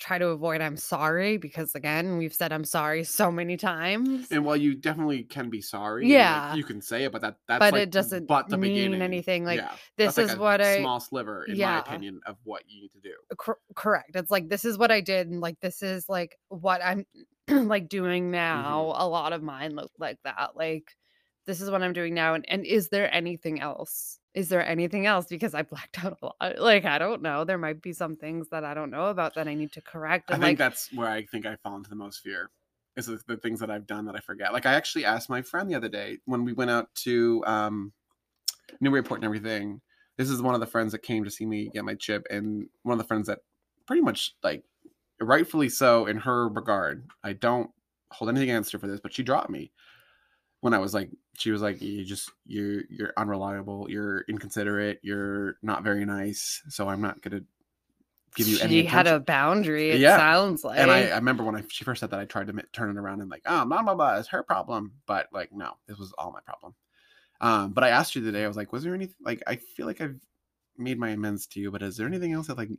Speaker 2: Try to avoid I'm sorry because again, we've said I'm sorry so many times.
Speaker 1: And while you definitely can be sorry, and, like,
Speaker 2: Yeah.
Speaker 1: you can say it, but that that's
Speaker 2: But
Speaker 1: like,
Speaker 2: it doesn't
Speaker 1: but the
Speaker 2: mean
Speaker 1: beginning.
Speaker 2: anything, like,
Speaker 1: Yeah,
Speaker 2: this
Speaker 1: that's, like,
Speaker 2: is
Speaker 1: a
Speaker 2: what I
Speaker 1: small sliver in my
Speaker 2: Yeah.
Speaker 1: opinion of what you need to do.
Speaker 2: cor- correct. It's like this is what I did, and like this is like what I'm like
Speaker 1: Mm-hmm.
Speaker 2: doing now. A lot of mine look like that. Like this is what I'm doing now, and and is there anything else? Is there anything else? Because I blacked out a lot. Like I don't know. There might be some things that I don't know about that I need to correct.
Speaker 1: I
Speaker 2: And
Speaker 1: think
Speaker 2: like
Speaker 1: that's where I think I fall into the most fear. Is the, the things that I've done that I forget. Like I actually asked my friend the other day when we went out to um, Newburyport and everything. This is one of the friends that came to see me get my chip, and one of the friends that pretty much like rightfully so in her regard. I don't hold anything against her for this, but she dropped me when I was like, she was like, you just you you're unreliable, you're inconsiderate, you're not very nice, so I'm not gonna give you
Speaker 2: she
Speaker 1: any.
Speaker 2: had
Speaker 1: attention."
Speaker 2: a boundary. It
Speaker 1: Yeah.
Speaker 2: sounds like.
Speaker 1: and I, I remember when I, she first said that, I tried to mi- turn it around and like, oh, blah blah blah, it's her problem. But like, no, this was all my problem. Um, but I asked you today. I was like, was there anything like I feel like I've made my amends to you, but is there anything else that like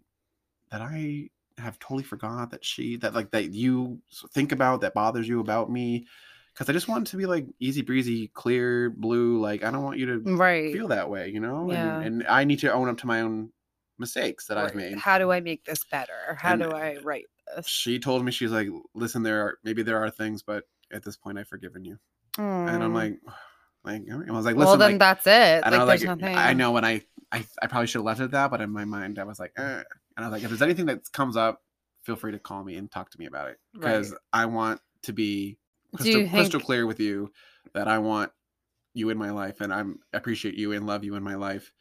Speaker 1: that I have totally forgot that she that like that you s- think about that bothers you about me? Because I just want it to be like easy breezy, clear blue. Like I don't want you to
Speaker 2: Mm, right.
Speaker 1: feel that way, you know.
Speaker 2: Yeah.
Speaker 1: And, and I need to own up to my own mistakes that I've
Speaker 2: right.
Speaker 1: made
Speaker 2: How do I make this better? How
Speaker 1: And-
Speaker 2: do I write this?
Speaker 1: she told me she's like, listen, there are maybe there are things, but at this point, I've forgiven you. And I'm
Speaker 2: Mm.
Speaker 1: like, like all right. I was like, listen,
Speaker 2: well, then
Speaker 1: like,
Speaker 2: that's it.
Speaker 1: I
Speaker 2: Like,
Speaker 1: know,
Speaker 2: there's
Speaker 1: like,
Speaker 2: nothing.
Speaker 1: I know when I, I I probably should have left it at that, but in my mind, I was like, eh. and I was like, if there's anything that comes up, feel free to call me and talk to me about it because I want to be
Speaker 2: Do
Speaker 1: crystal,
Speaker 2: you
Speaker 1: crystal
Speaker 2: think-
Speaker 1: clear with you that I want you in my life and I'm appreciate you and love you in my life,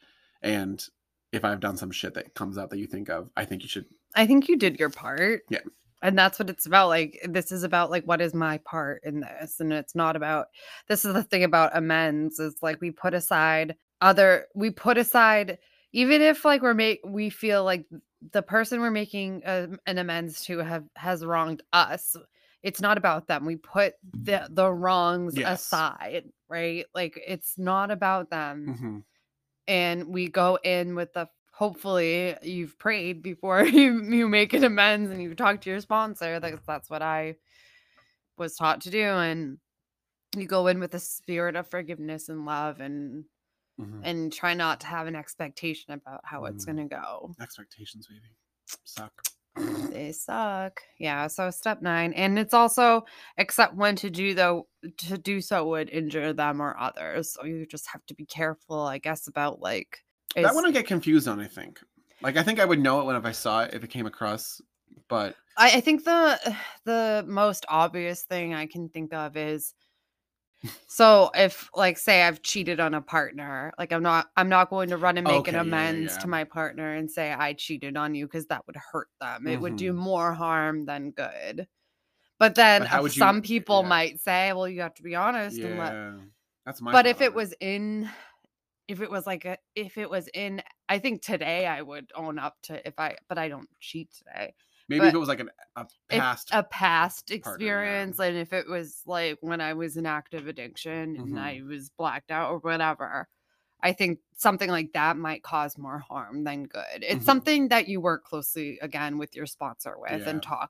Speaker 1: and if I've done some shit that comes up that you think of, I think you should
Speaker 2: I think you did your part.
Speaker 1: Yeah.
Speaker 2: And that's what it's about. Like, this is about, like, what is my part in this? And it's not about, this is the thing about amends is like we put aside other, we put aside, even if like we're make, we feel like the person we're making a, an amends to have has wronged us. It's not about them. We put the, the wrongs
Speaker 1: Yes.
Speaker 2: aside, right? Like, it's not about them
Speaker 1: Mhm.
Speaker 2: and we go in with the hopefully you've prayed before you, you make an amends and you talk to your sponsor
Speaker 1: Mm-hmm.
Speaker 2: that's that's what i was taught to do and you go in with a spirit of forgiveness and love and
Speaker 1: Mhm.
Speaker 2: and try not to have an expectation about how it's
Speaker 1: Mm.
Speaker 2: going to go
Speaker 1: expectations baby suck
Speaker 2: they suck yeah so step nine and it's also except when to do though to do so would injure them or others so you just have to be careful i guess about like
Speaker 1: that
Speaker 2: is-
Speaker 1: one i get confused on i think like i think i would know it when if i saw it if it came across but
Speaker 2: I, I think the the most obvious thing I can think of is so if like say I've cheated on a partner, like I'm not I'm not going to run and make
Speaker 1: Okay,
Speaker 2: an
Speaker 1: yeah, yeah,
Speaker 2: amends
Speaker 1: yeah.
Speaker 2: to my partner and say I cheated on you because that would hurt them. It would do
Speaker 1: Mhm.
Speaker 2: more harm than good. But then
Speaker 1: But how
Speaker 2: uh,
Speaker 1: would you-
Speaker 2: some people
Speaker 1: yeah.
Speaker 2: might say, well, you have to be honest and let
Speaker 1: yeah that's my
Speaker 2: but
Speaker 1: thought
Speaker 2: if it
Speaker 1: on
Speaker 2: was in if it was like a if it was in i think today i would own up to if i but i don't cheat today
Speaker 1: Maybe if
Speaker 2: But
Speaker 1: it was like an, a
Speaker 2: if
Speaker 1: past.
Speaker 2: a past
Speaker 1: partner, yeah.
Speaker 2: experience and if it was like when i was in active addiction and
Speaker 1: Mhm.
Speaker 2: i was blacked out or whatever i think something like that might cause more harm than good it's
Speaker 1: Mhm.
Speaker 2: something that you work closely again with your sponsor with
Speaker 1: Yeah.
Speaker 2: and talk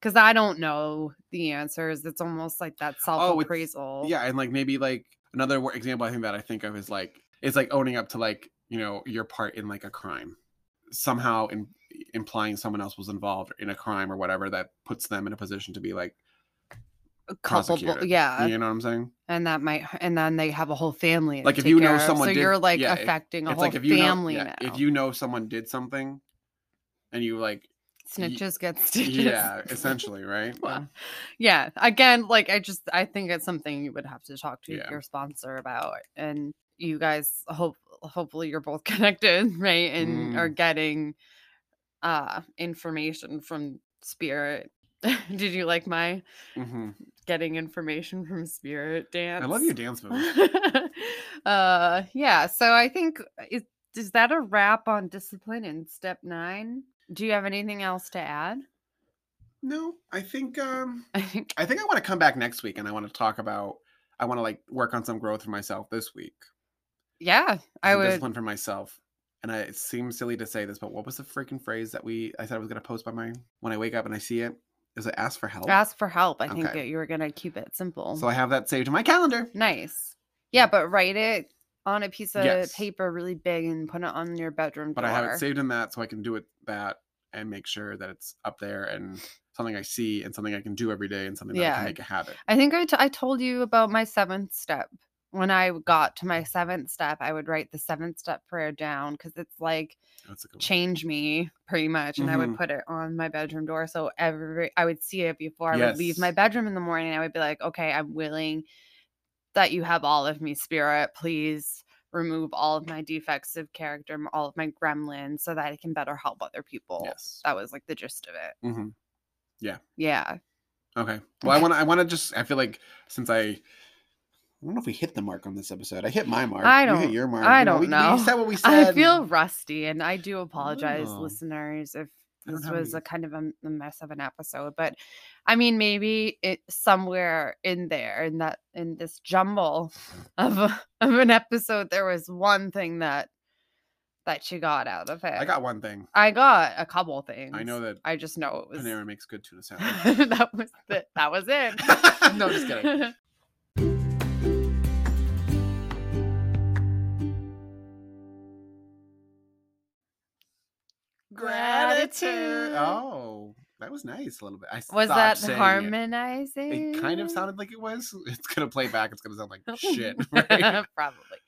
Speaker 2: because i don't know the answers it's almost like that self-appraisal
Speaker 1: Oh, yeah, and like maybe like another wo- example I think that I think of is like it's like owning up to like you know your part in like a crime, somehow in, implying someone else was involved in a crime or whatever that puts them in a position to be like
Speaker 2: culpable
Speaker 1: prosecuted.
Speaker 2: yeah
Speaker 1: you know what I'm saying?
Speaker 2: and that might h- and then they have a whole family to
Speaker 1: Like, if
Speaker 2: take
Speaker 1: you know
Speaker 2: care of,
Speaker 1: someone
Speaker 2: so
Speaker 1: did-
Speaker 2: you're like
Speaker 1: yeah, it-
Speaker 2: affecting a
Speaker 1: it's
Speaker 2: whole
Speaker 1: like if you
Speaker 2: family
Speaker 1: know
Speaker 2: now.
Speaker 1: yeah, if you know someone did something, and you like
Speaker 2: snitches get stitches
Speaker 1: yeah, essentially right.
Speaker 2: Well,
Speaker 1: Um,
Speaker 2: yeah again like i just i think it's something you would have to talk to
Speaker 1: Yeah.
Speaker 2: your sponsor about and you guys hope hopefully you're both connected right and
Speaker 1: Mm.
Speaker 2: are getting uh information from spirit did you like my
Speaker 1: mhm.
Speaker 2: getting information from spirit dance
Speaker 1: I love your dance moves.
Speaker 2: uh yeah so i think uh, is, is that a wrap on discipline in step nine do you have anything else to add
Speaker 1: No, I think um
Speaker 2: i think
Speaker 1: I think I want to come back next week and I want to talk about I want to like work on some growth for myself this week.
Speaker 2: yeah i
Speaker 1: some
Speaker 2: would
Speaker 1: discipline for myself. And I, it seems silly to say this, but what was the freaking phrase that we I said I was gonna post by my when I wake up and I see it? Is it ask for help?
Speaker 2: ask for help. I think
Speaker 1: Okay.
Speaker 2: that you were gonna keep it simple.
Speaker 1: So I have that saved to my calendar.
Speaker 2: nice. Yeah, but write it on a piece of
Speaker 1: Yes.
Speaker 2: paper really big and put it on your bedroom
Speaker 1: But
Speaker 2: door.
Speaker 1: I have it saved in that so I can do it that and make sure that it's up there and something I see and something I can do every day and something that I
Speaker 2: Yeah.
Speaker 1: can make a habit.
Speaker 2: I think I, t- I told you about my seventh step. When I got to my seventh step, I would write the seventh step prayer down because it's like
Speaker 1: That's a good one.
Speaker 2: change me pretty much. And I
Speaker 1: Mhm.
Speaker 2: would put it on my bedroom door. So every I would see it before I would leave my
Speaker 1: Yes.
Speaker 2: bedroom in the morning. I would be like, okay, I'm willing that you have all of me, spirit. Please remove all of my defects of character, m- all of my gremlins, so that I can better help other people.
Speaker 1: Yes.
Speaker 2: That was like the gist of it.
Speaker 1: hmm
Speaker 2: Yeah.
Speaker 1: Okay. Well, I
Speaker 2: Okay.
Speaker 1: want to. I want to just. I feel like since I, I don't know if we hit the mark on this episode. I hit my mark.
Speaker 2: I
Speaker 1: You
Speaker 2: don't-
Speaker 1: hit your mark.
Speaker 2: I
Speaker 1: You
Speaker 2: don't
Speaker 1: we-
Speaker 2: know.
Speaker 1: We said what we said.
Speaker 2: I feel rusty and I do apologize,
Speaker 1: Oh.
Speaker 2: listeners, if
Speaker 1: I don't
Speaker 2: this
Speaker 1: have
Speaker 2: was
Speaker 1: any-
Speaker 2: a kind of a, a mess of an episode. But I mean, maybe it somewhere in there, in that in this jumble of a, of an episode, there was one thing that that you got out of it.
Speaker 1: I got one thing.
Speaker 2: I got a couple things.
Speaker 1: I know that
Speaker 2: I just know it was
Speaker 1: Panera makes good tuna salad.
Speaker 2: that was the, that was it.
Speaker 1: no, just kidding.
Speaker 2: Gratitude.
Speaker 1: Oh, that was nice. A little bit. I
Speaker 2: Was
Speaker 1: stopped
Speaker 2: that
Speaker 1: saying it.
Speaker 2: harmonizing?
Speaker 1: It kind of sounded like it was. It's gonna play back. It's gonna sound like shit. right?
Speaker 2: Probably.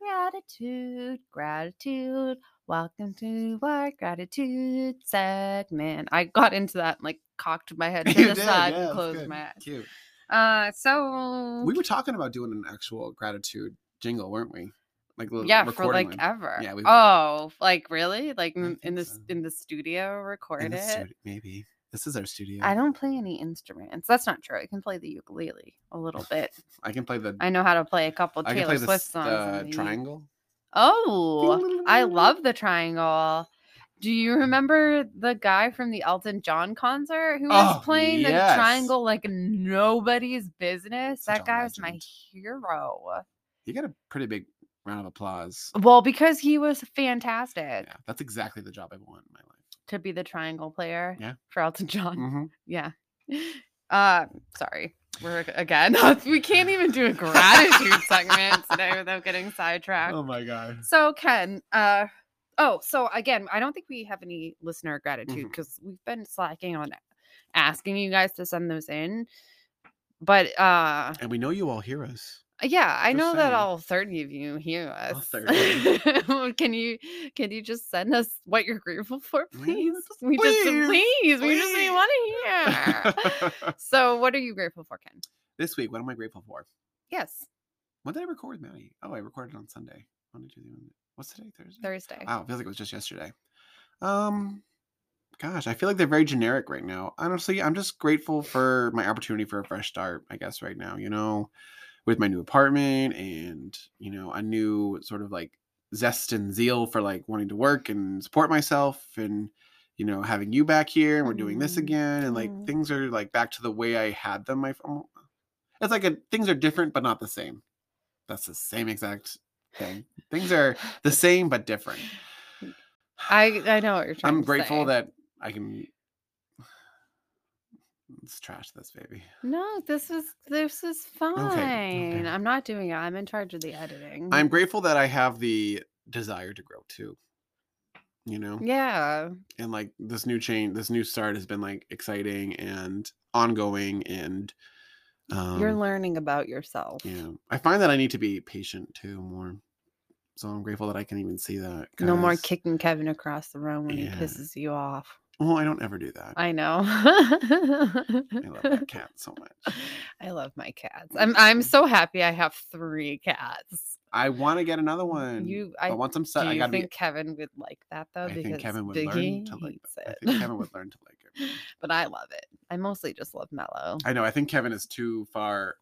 Speaker 2: Gratitude, gratitude. Welcome to our gratitude segment. I got into that and like cocked my head to
Speaker 1: You
Speaker 2: the
Speaker 1: did,
Speaker 2: side
Speaker 1: yeah, it
Speaker 2: and
Speaker 1: was
Speaker 2: closed
Speaker 1: good.
Speaker 2: my eyes.
Speaker 1: Cute.
Speaker 2: Uh, so
Speaker 1: We were talking about doing an actual gratitude jingle, weren't we? Like a little
Speaker 2: yeah, for
Speaker 1: recording
Speaker 2: like
Speaker 1: one.
Speaker 2: ever.
Speaker 1: Yeah, we-
Speaker 2: oh, like really? Like
Speaker 1: I
Speaker 2: m- in
Speaker 1: think
Speaker 2: this
Speaker 1: so.
Speaker 2: in the studio record
Speaker 1: In the
Speaker 2: it?
Speaker 1: studio- maybe this is our studio.
Speaker 2: I don't play any instruments. That's not true. I can play the ukulele a little bit.
Speaker 1: I can play the.
Speaker 2: I know how to play a couple
Speaker 1: I can
Speaker 2: Taylor
Speaker 1: play the uh,
Speaker 2: Swift
Speaker 1: s-
Speaker 2: songs.
Speaker 1: the
Speaker 2: on the u-
Speaker 1: triangle.
Speaker 2: Oh, I
Speaker 1: Ding-a-ling-a-ling.
Speaker 2: love the triangle. Do you remember the guy from the Elton John concert who was
Speaker 1: Oh,
Speaker 2: playing
Speaker 1: yes.
Speaker 2: the triangle like nobody's business?
Speaker 1: Such a
Speaker 2: that guy was my
Speaker 1: legend.
Speaker 2: hero.
Speaker 1: You got a pretty big round of applause.
Speaker 2: Well, because he was fantastic
Speaker 1: Yeah, that's exactly the job I want in my life.
Speaker 2: to be the triangle player
Speaker 1: Yeah.
Speaker 2: for Elton John.
Speaker 1: Mhm.
Speaker 2: Yeah. Uh, sorry. We're ag- again. we can't even do a gratitude segment today without getting sidetracked.
Speaker 1: Oh my god.
Speaker 2: So Ken, uh, oh, so again, I don't think we have any listener gratitude
Speaker 1: Mhm.
Speaker 2: because we've been slacking on asking you guys to send those in. But uh,
Speaker 1: And we know you all hear us.
Speaker 2: yeah, I
Speaker 1: Just
Speaker 2: know that
Speaker 1: saying.
Speaker 2: all thirty of you hear
Speaker 1: All
Speaker 2: us.
Speaker 1: 30.
Speaker 2: Well, can you can you just send us what you're grateful for,
Speaker 1: Yeah,
Speaker 2: please?
Speaker 1: just
Speaker 2: we just
Speaker 1: please,
Speaker 2: please, we just we
Speaker 1: please.
Speaker 2: want to hear. so, what are you grateful for, Ken?
Speaker 1: this week, what am I grateful for?
Speaker 2: Yes,
Speaker 1: Uh, When did I record, Maddie? Oh, I recorded on Sunday. Monday, Tuesday, Wednesday. What's today? Thursday.
Speaker 2: Thursday.
Speaker 1: Wow, feels like it was just yesterday. Um, gosh, I feel like they're very generic right now. Honestly, I'm just grateful for my opportunity for a fresh start. I guess right now, you know, with my new apartment and you know a new sort of like zest and zeal for like wanting to work and support myself and you know, having you back here and we're doing this
Speaker 2: Mm.
Speaker 1: again. And like
Speaker 2: Mm.
Speaker 1: things are like back to the way I had them. I, f- oh. it's like a, things are different, but not the same. That's the same exact thing. Things are the same, but different.
Speaker 2: I I know what you're trying.
Speaker 1: I'm
Speaker 2: to
Speaker 1: grateful
Speaker 2: say.
Speaker 1: that I can. Let's trash this baby.
Speaker 2: No, this was this was fine.
Speaker 1: okay.
Speaker 2: I'm not doing it. I'm in charge of the editing.
Speaker 1: I'm grateful that I have the desire to grow too. You know,
Speaker 2: Yeah.
Speaker 1: and like this new chain, this new start has been like exciting and ongoing, and um,
Speaker 2: you're learning about yourself.
Speaker 1: yeah. I find that I need to be patient too more. So I'm grateful that I can even see that.
Speaker 2: No more
Speaker 1: 'cause-
Speaker 2: kicking Kevin across the room when
Speaker 1: Yeah.
Speaker 2: he pisses you off.
Speaker 1: Well, I don't ever do that. I,
Speaker 2: I know.
Speaker 1: love that cat so much.
Speaker 2: I love my cats. I'm I'm so happy I have three cats.
Speaker 1: I want to get another one.
Speaker 2: You-
Speaker 1: I,
Speaker 2: I-
Speaker 1: want some
Speaker 2: Do
Speaker 1: set. I
Speaker 2: you
Speaker 1: gotta
Speaker 2: think oh,
Speaker 1: be.
Speaker 2: Kevin would like that though?
Speaker 1: I think Kevin would learn
Speaker 2: Biggie
Speaker 1: to like.
Speaker 2: hates
Speaker 1: I
Speaker 2: it.
Speaker 1: think Kevin would learn to like it.
Speaker 2: but I love it. I mostly just love Mellow.
Speaker 1: I know. I think Kevin is too far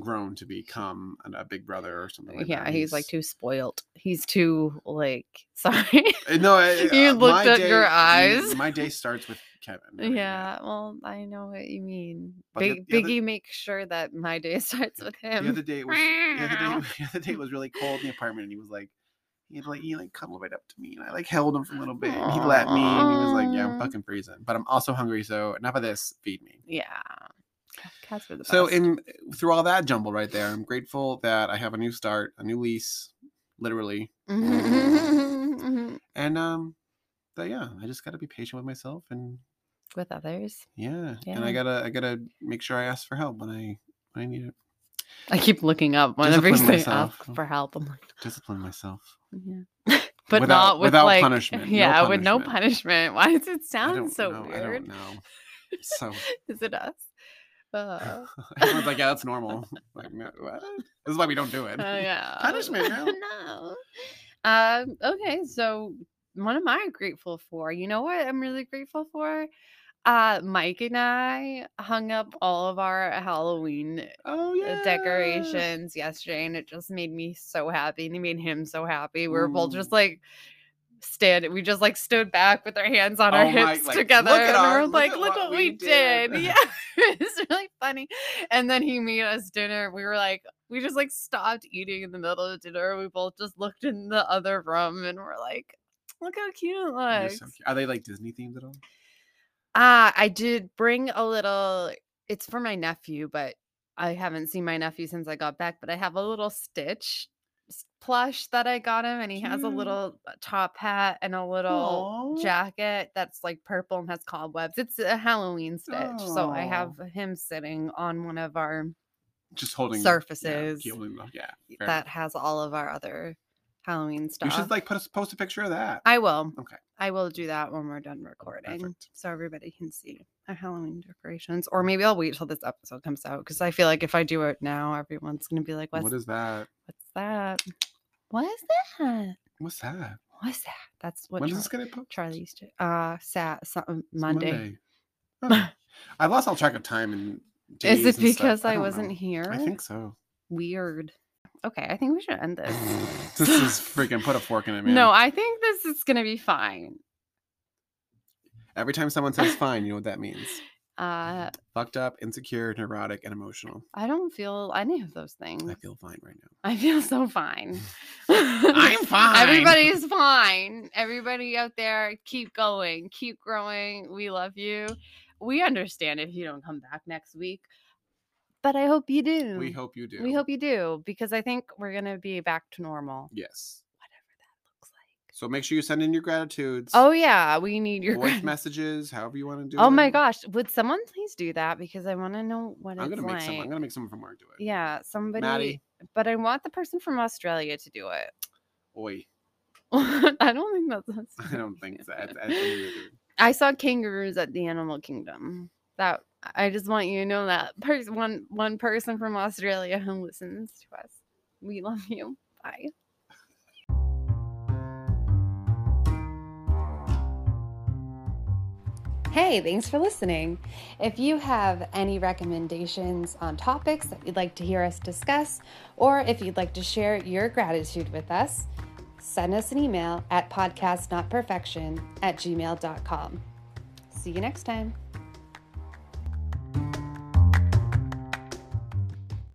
Speaker 1: grown to become an- a big brother or something. Like
Speaker 2: yeah,
Speaker 1: that.
Speaker 2: he's, like too spoiled. He's too like sorry.
Speaker 1: Uh, No, I,
Speaker 2: You
Speaker 1: uh,
Speaker 2: looked
Speaker 1: my
Speaker 2: at your
Speaker 1: day-
Speaker 2: eyes.
Speaker 1: My day starts with Kevin. every day.
Speaker 2: yeah, well, I know what you mean.
Speaker 1: But the-
Speaker 2: Big,
Speaker 1: the other-
Speaker 2: Biggie makes sure that my day starts with him.
Speaker 1: The other day it was. The other day, the other day it was really cold in the apartment, and he was like, he had like he like cuddled right up to me, and I like held him for a little bit, and he let me, and he was like, "Yeah, I'm
Speaker 2: Aw.
Speaker 1: fucking freezing, but I'm also hungry, so enough of this. Feed me."
Speaker 2: yeah, Ca- cats were the
Speaker 1: So
Speaker 2: best.
Speaker 1: in through all that jumble right there, I'm grateful that I have a new start, a new lease, literally.
Speaker 2: Mm-hmm.
Speaker 1: And um, but yeah, I just gotta be patient with myself, and
Speaker 2: with others,
Speaker 1: yeah, and I
Speaker 2: Yeah.
Speaker 1: gotta I gotta make sure I ask for help when I when I need it.
Speaker 2: I keep looking up whenever you
Speaker 1: Discipline
Speaker 2: say ask
Speaker 1: myself.
Speaker 2: for help. I'm like,
Speaker 1: Discipline myself.
Speaker 2: yeah. But
Speaker 1: Without-
Speaker 2: not with
Speaker 1: without
Speaker 2: like,
Speaker 1: punishment, no
Speaker 2: Yeah, with no
Speaker 1: punishment.
Speaker 2: punishment. Why does it
Speaker 1: I
Speaker 2: sound
Speaker 1: don't
Speaker 2: so
Speaker 1: know, I don't
Speaker 2: weird?
Speaker 1: know. So
Speaker 2: Is it us? Uh,
Speaker 1: everyone's like, yeah, that's normal. Like, no, what? This is why we don't do it.
Speaker 2: Oh yeah.
Speaker 1: Punishment, no.
Speaker 2: no. Um, okay, so what am I grateful for? You know what I'm really grateful for? Uh, Mike and I hung up all of our Halloween
Speaker 1: Oh
Speaker 2: uh,
Speaker 1: yeah,
Speaker 2: decorations yesterday, and it just made me so happy, and it made him so happy. We were both just
Speaker 1: Ooh.
Speaker 2: like stand we just like stood back with our hands on our
Speaker 1: Oh my-
Speaker 2: hips
Speaker 1: like,
Speaker 2: together
Speaker 1: "Look at
Speaker 2: and
Speaker 1: our-
Speaker 2: we were
Speaker 1: look
Speaker 2: like
Speaker 1: at
Speaker 2: look
Speaker 1: what
Speaker 2: what
Speaker 1: we
Speaker 2: we did,
Speaker 1: did."
Speaker 2: yeah it's really funny and then he made us dinner we were like we just like stopped eating in the middle of dinner we both just looked in the other room and we're like look how cute it
Speaker 1: You're
Speaker 2: looks
Speaker 1: so cute. Are they like Disney themed at all?
Speaker 2: Ah, I did bring a little. It's for my nephew, but I haven't seen my nephew since I got back. But I have a little Stitch s- plush that I got him, and he has a
Speaker 1: Cute.
Speaker 2: little uh, top hat and a little
Speaker 1: Aw.
Speaker 2: jacket that's like purple and has cobwebs. It's a Halloween Stitch, so I
Speaker 1: Aw.
Speaker 2: have him sitting on one of our
Speaker 1: just holding yeah,
Speaker 2: surfaces
Speaker 1: keep holding the- Yeah, fair
Speaker 2: that has all of our other Halloween
Speaker 1: enough.
Speaker 2: stuff.
Speaker 1: you should like put a, post a picture of that.
Speaker 2: I will.
Speaker 1: Okay.
Speaker 2: I will do that when we're done recording
Speaker 1: Perfect.
Speaker 2: so everybody can see our Halloween decorations. Or maybe I'll wait till this episode comes out because I feel like if I do it now, everyone's going to be like, what's,
Speaker 1: what is that?
Speaker 2: what's that? What is that?
Speaker 1: What's that?
Speaker 2: What's that? That's what
Speaker 1: When is
Speaker 2: Char-
Speaker 1: this gonna put?
Speaker 2: Charlie used to. Uh, sat, something
Speaker 1: It's
Speaker 2: Monday.
Speaker 1: Oh. I lost all track of time and.
Speaker 2: Is
Speaker 1: days and
Speaker 2: it
Speaker 1: stuff.
Speaker 2: because I,
Speaker 1: don't
Speaker 2: wasn't
Speaker 1: know.
Speaker 2: here?
Speaker 1: I think so.
Speaker 2: Weird. Okay, I think we should end this.
Speaker 1: this is freaking put a fork in it, man.
Speaker 2: Uh, No, I think this is going to be fine.
Speaker 1: Every time someone says "fine," you know what that means.
Speaker 2: Uh,
Speaker 1: Fucked up, insecure, neurotic, and emotional.
Speaker 2: I don't feel any of those things.
Speaker 1: I feel fine right now.
Speaker 2: I feel so fine.
Speaker 1: I'm fine.
Speaker 2: Everybody's fine. Everybody out there, keep going, keep growing. We love you. We understand if you don't come back next week, but I hope you do.
Speaker 1: We hope you do.
Speaker 2: We hope you do because I think we're gonna be back to normal,
Speaker 1: Yes.
Speaker 2: whatever that looks like.
Speaker 1: So make sure you send in your gratitudes.
Speaker 2: Oh yeah, we need your.
Speaker 1: Voice
Speaker 2: gra-
Speaker 1: messages, however you want to do.
Speaker 2: oh my
Speaker 1: it.
Speaker 2: gosh, would someone please do that because I want to know what
Speaker 1: I'm
Speaker 2: it's
Speaker 1: gonna make
Speaker 2: like.
Speaker 1: some. I'm gonna make someone from work do it.
Speaker 2: yeah, somebody.
Speaker 1: Maddie.
Speaker 2: But I want the person from Australia to do it.
Speaker 1: Oi.
Speaker 2: I don't think that's.
Speaker 1: I
Speaker 2: Australia.
Speaker 1: don't think so. I, I think you're doing-
Speaker 2: I saw kangaroos at the Animal Kingdom. That I just want you to know that person one one person from Australia who listens to us. We love you. Bye. Hey, thanks for listening. If you have any recommendations on topics that you'd like to hear us discuss, or if you'd like to share your gratitude with us, send us an email at podcastnotperfection at gmail.com. See you next time.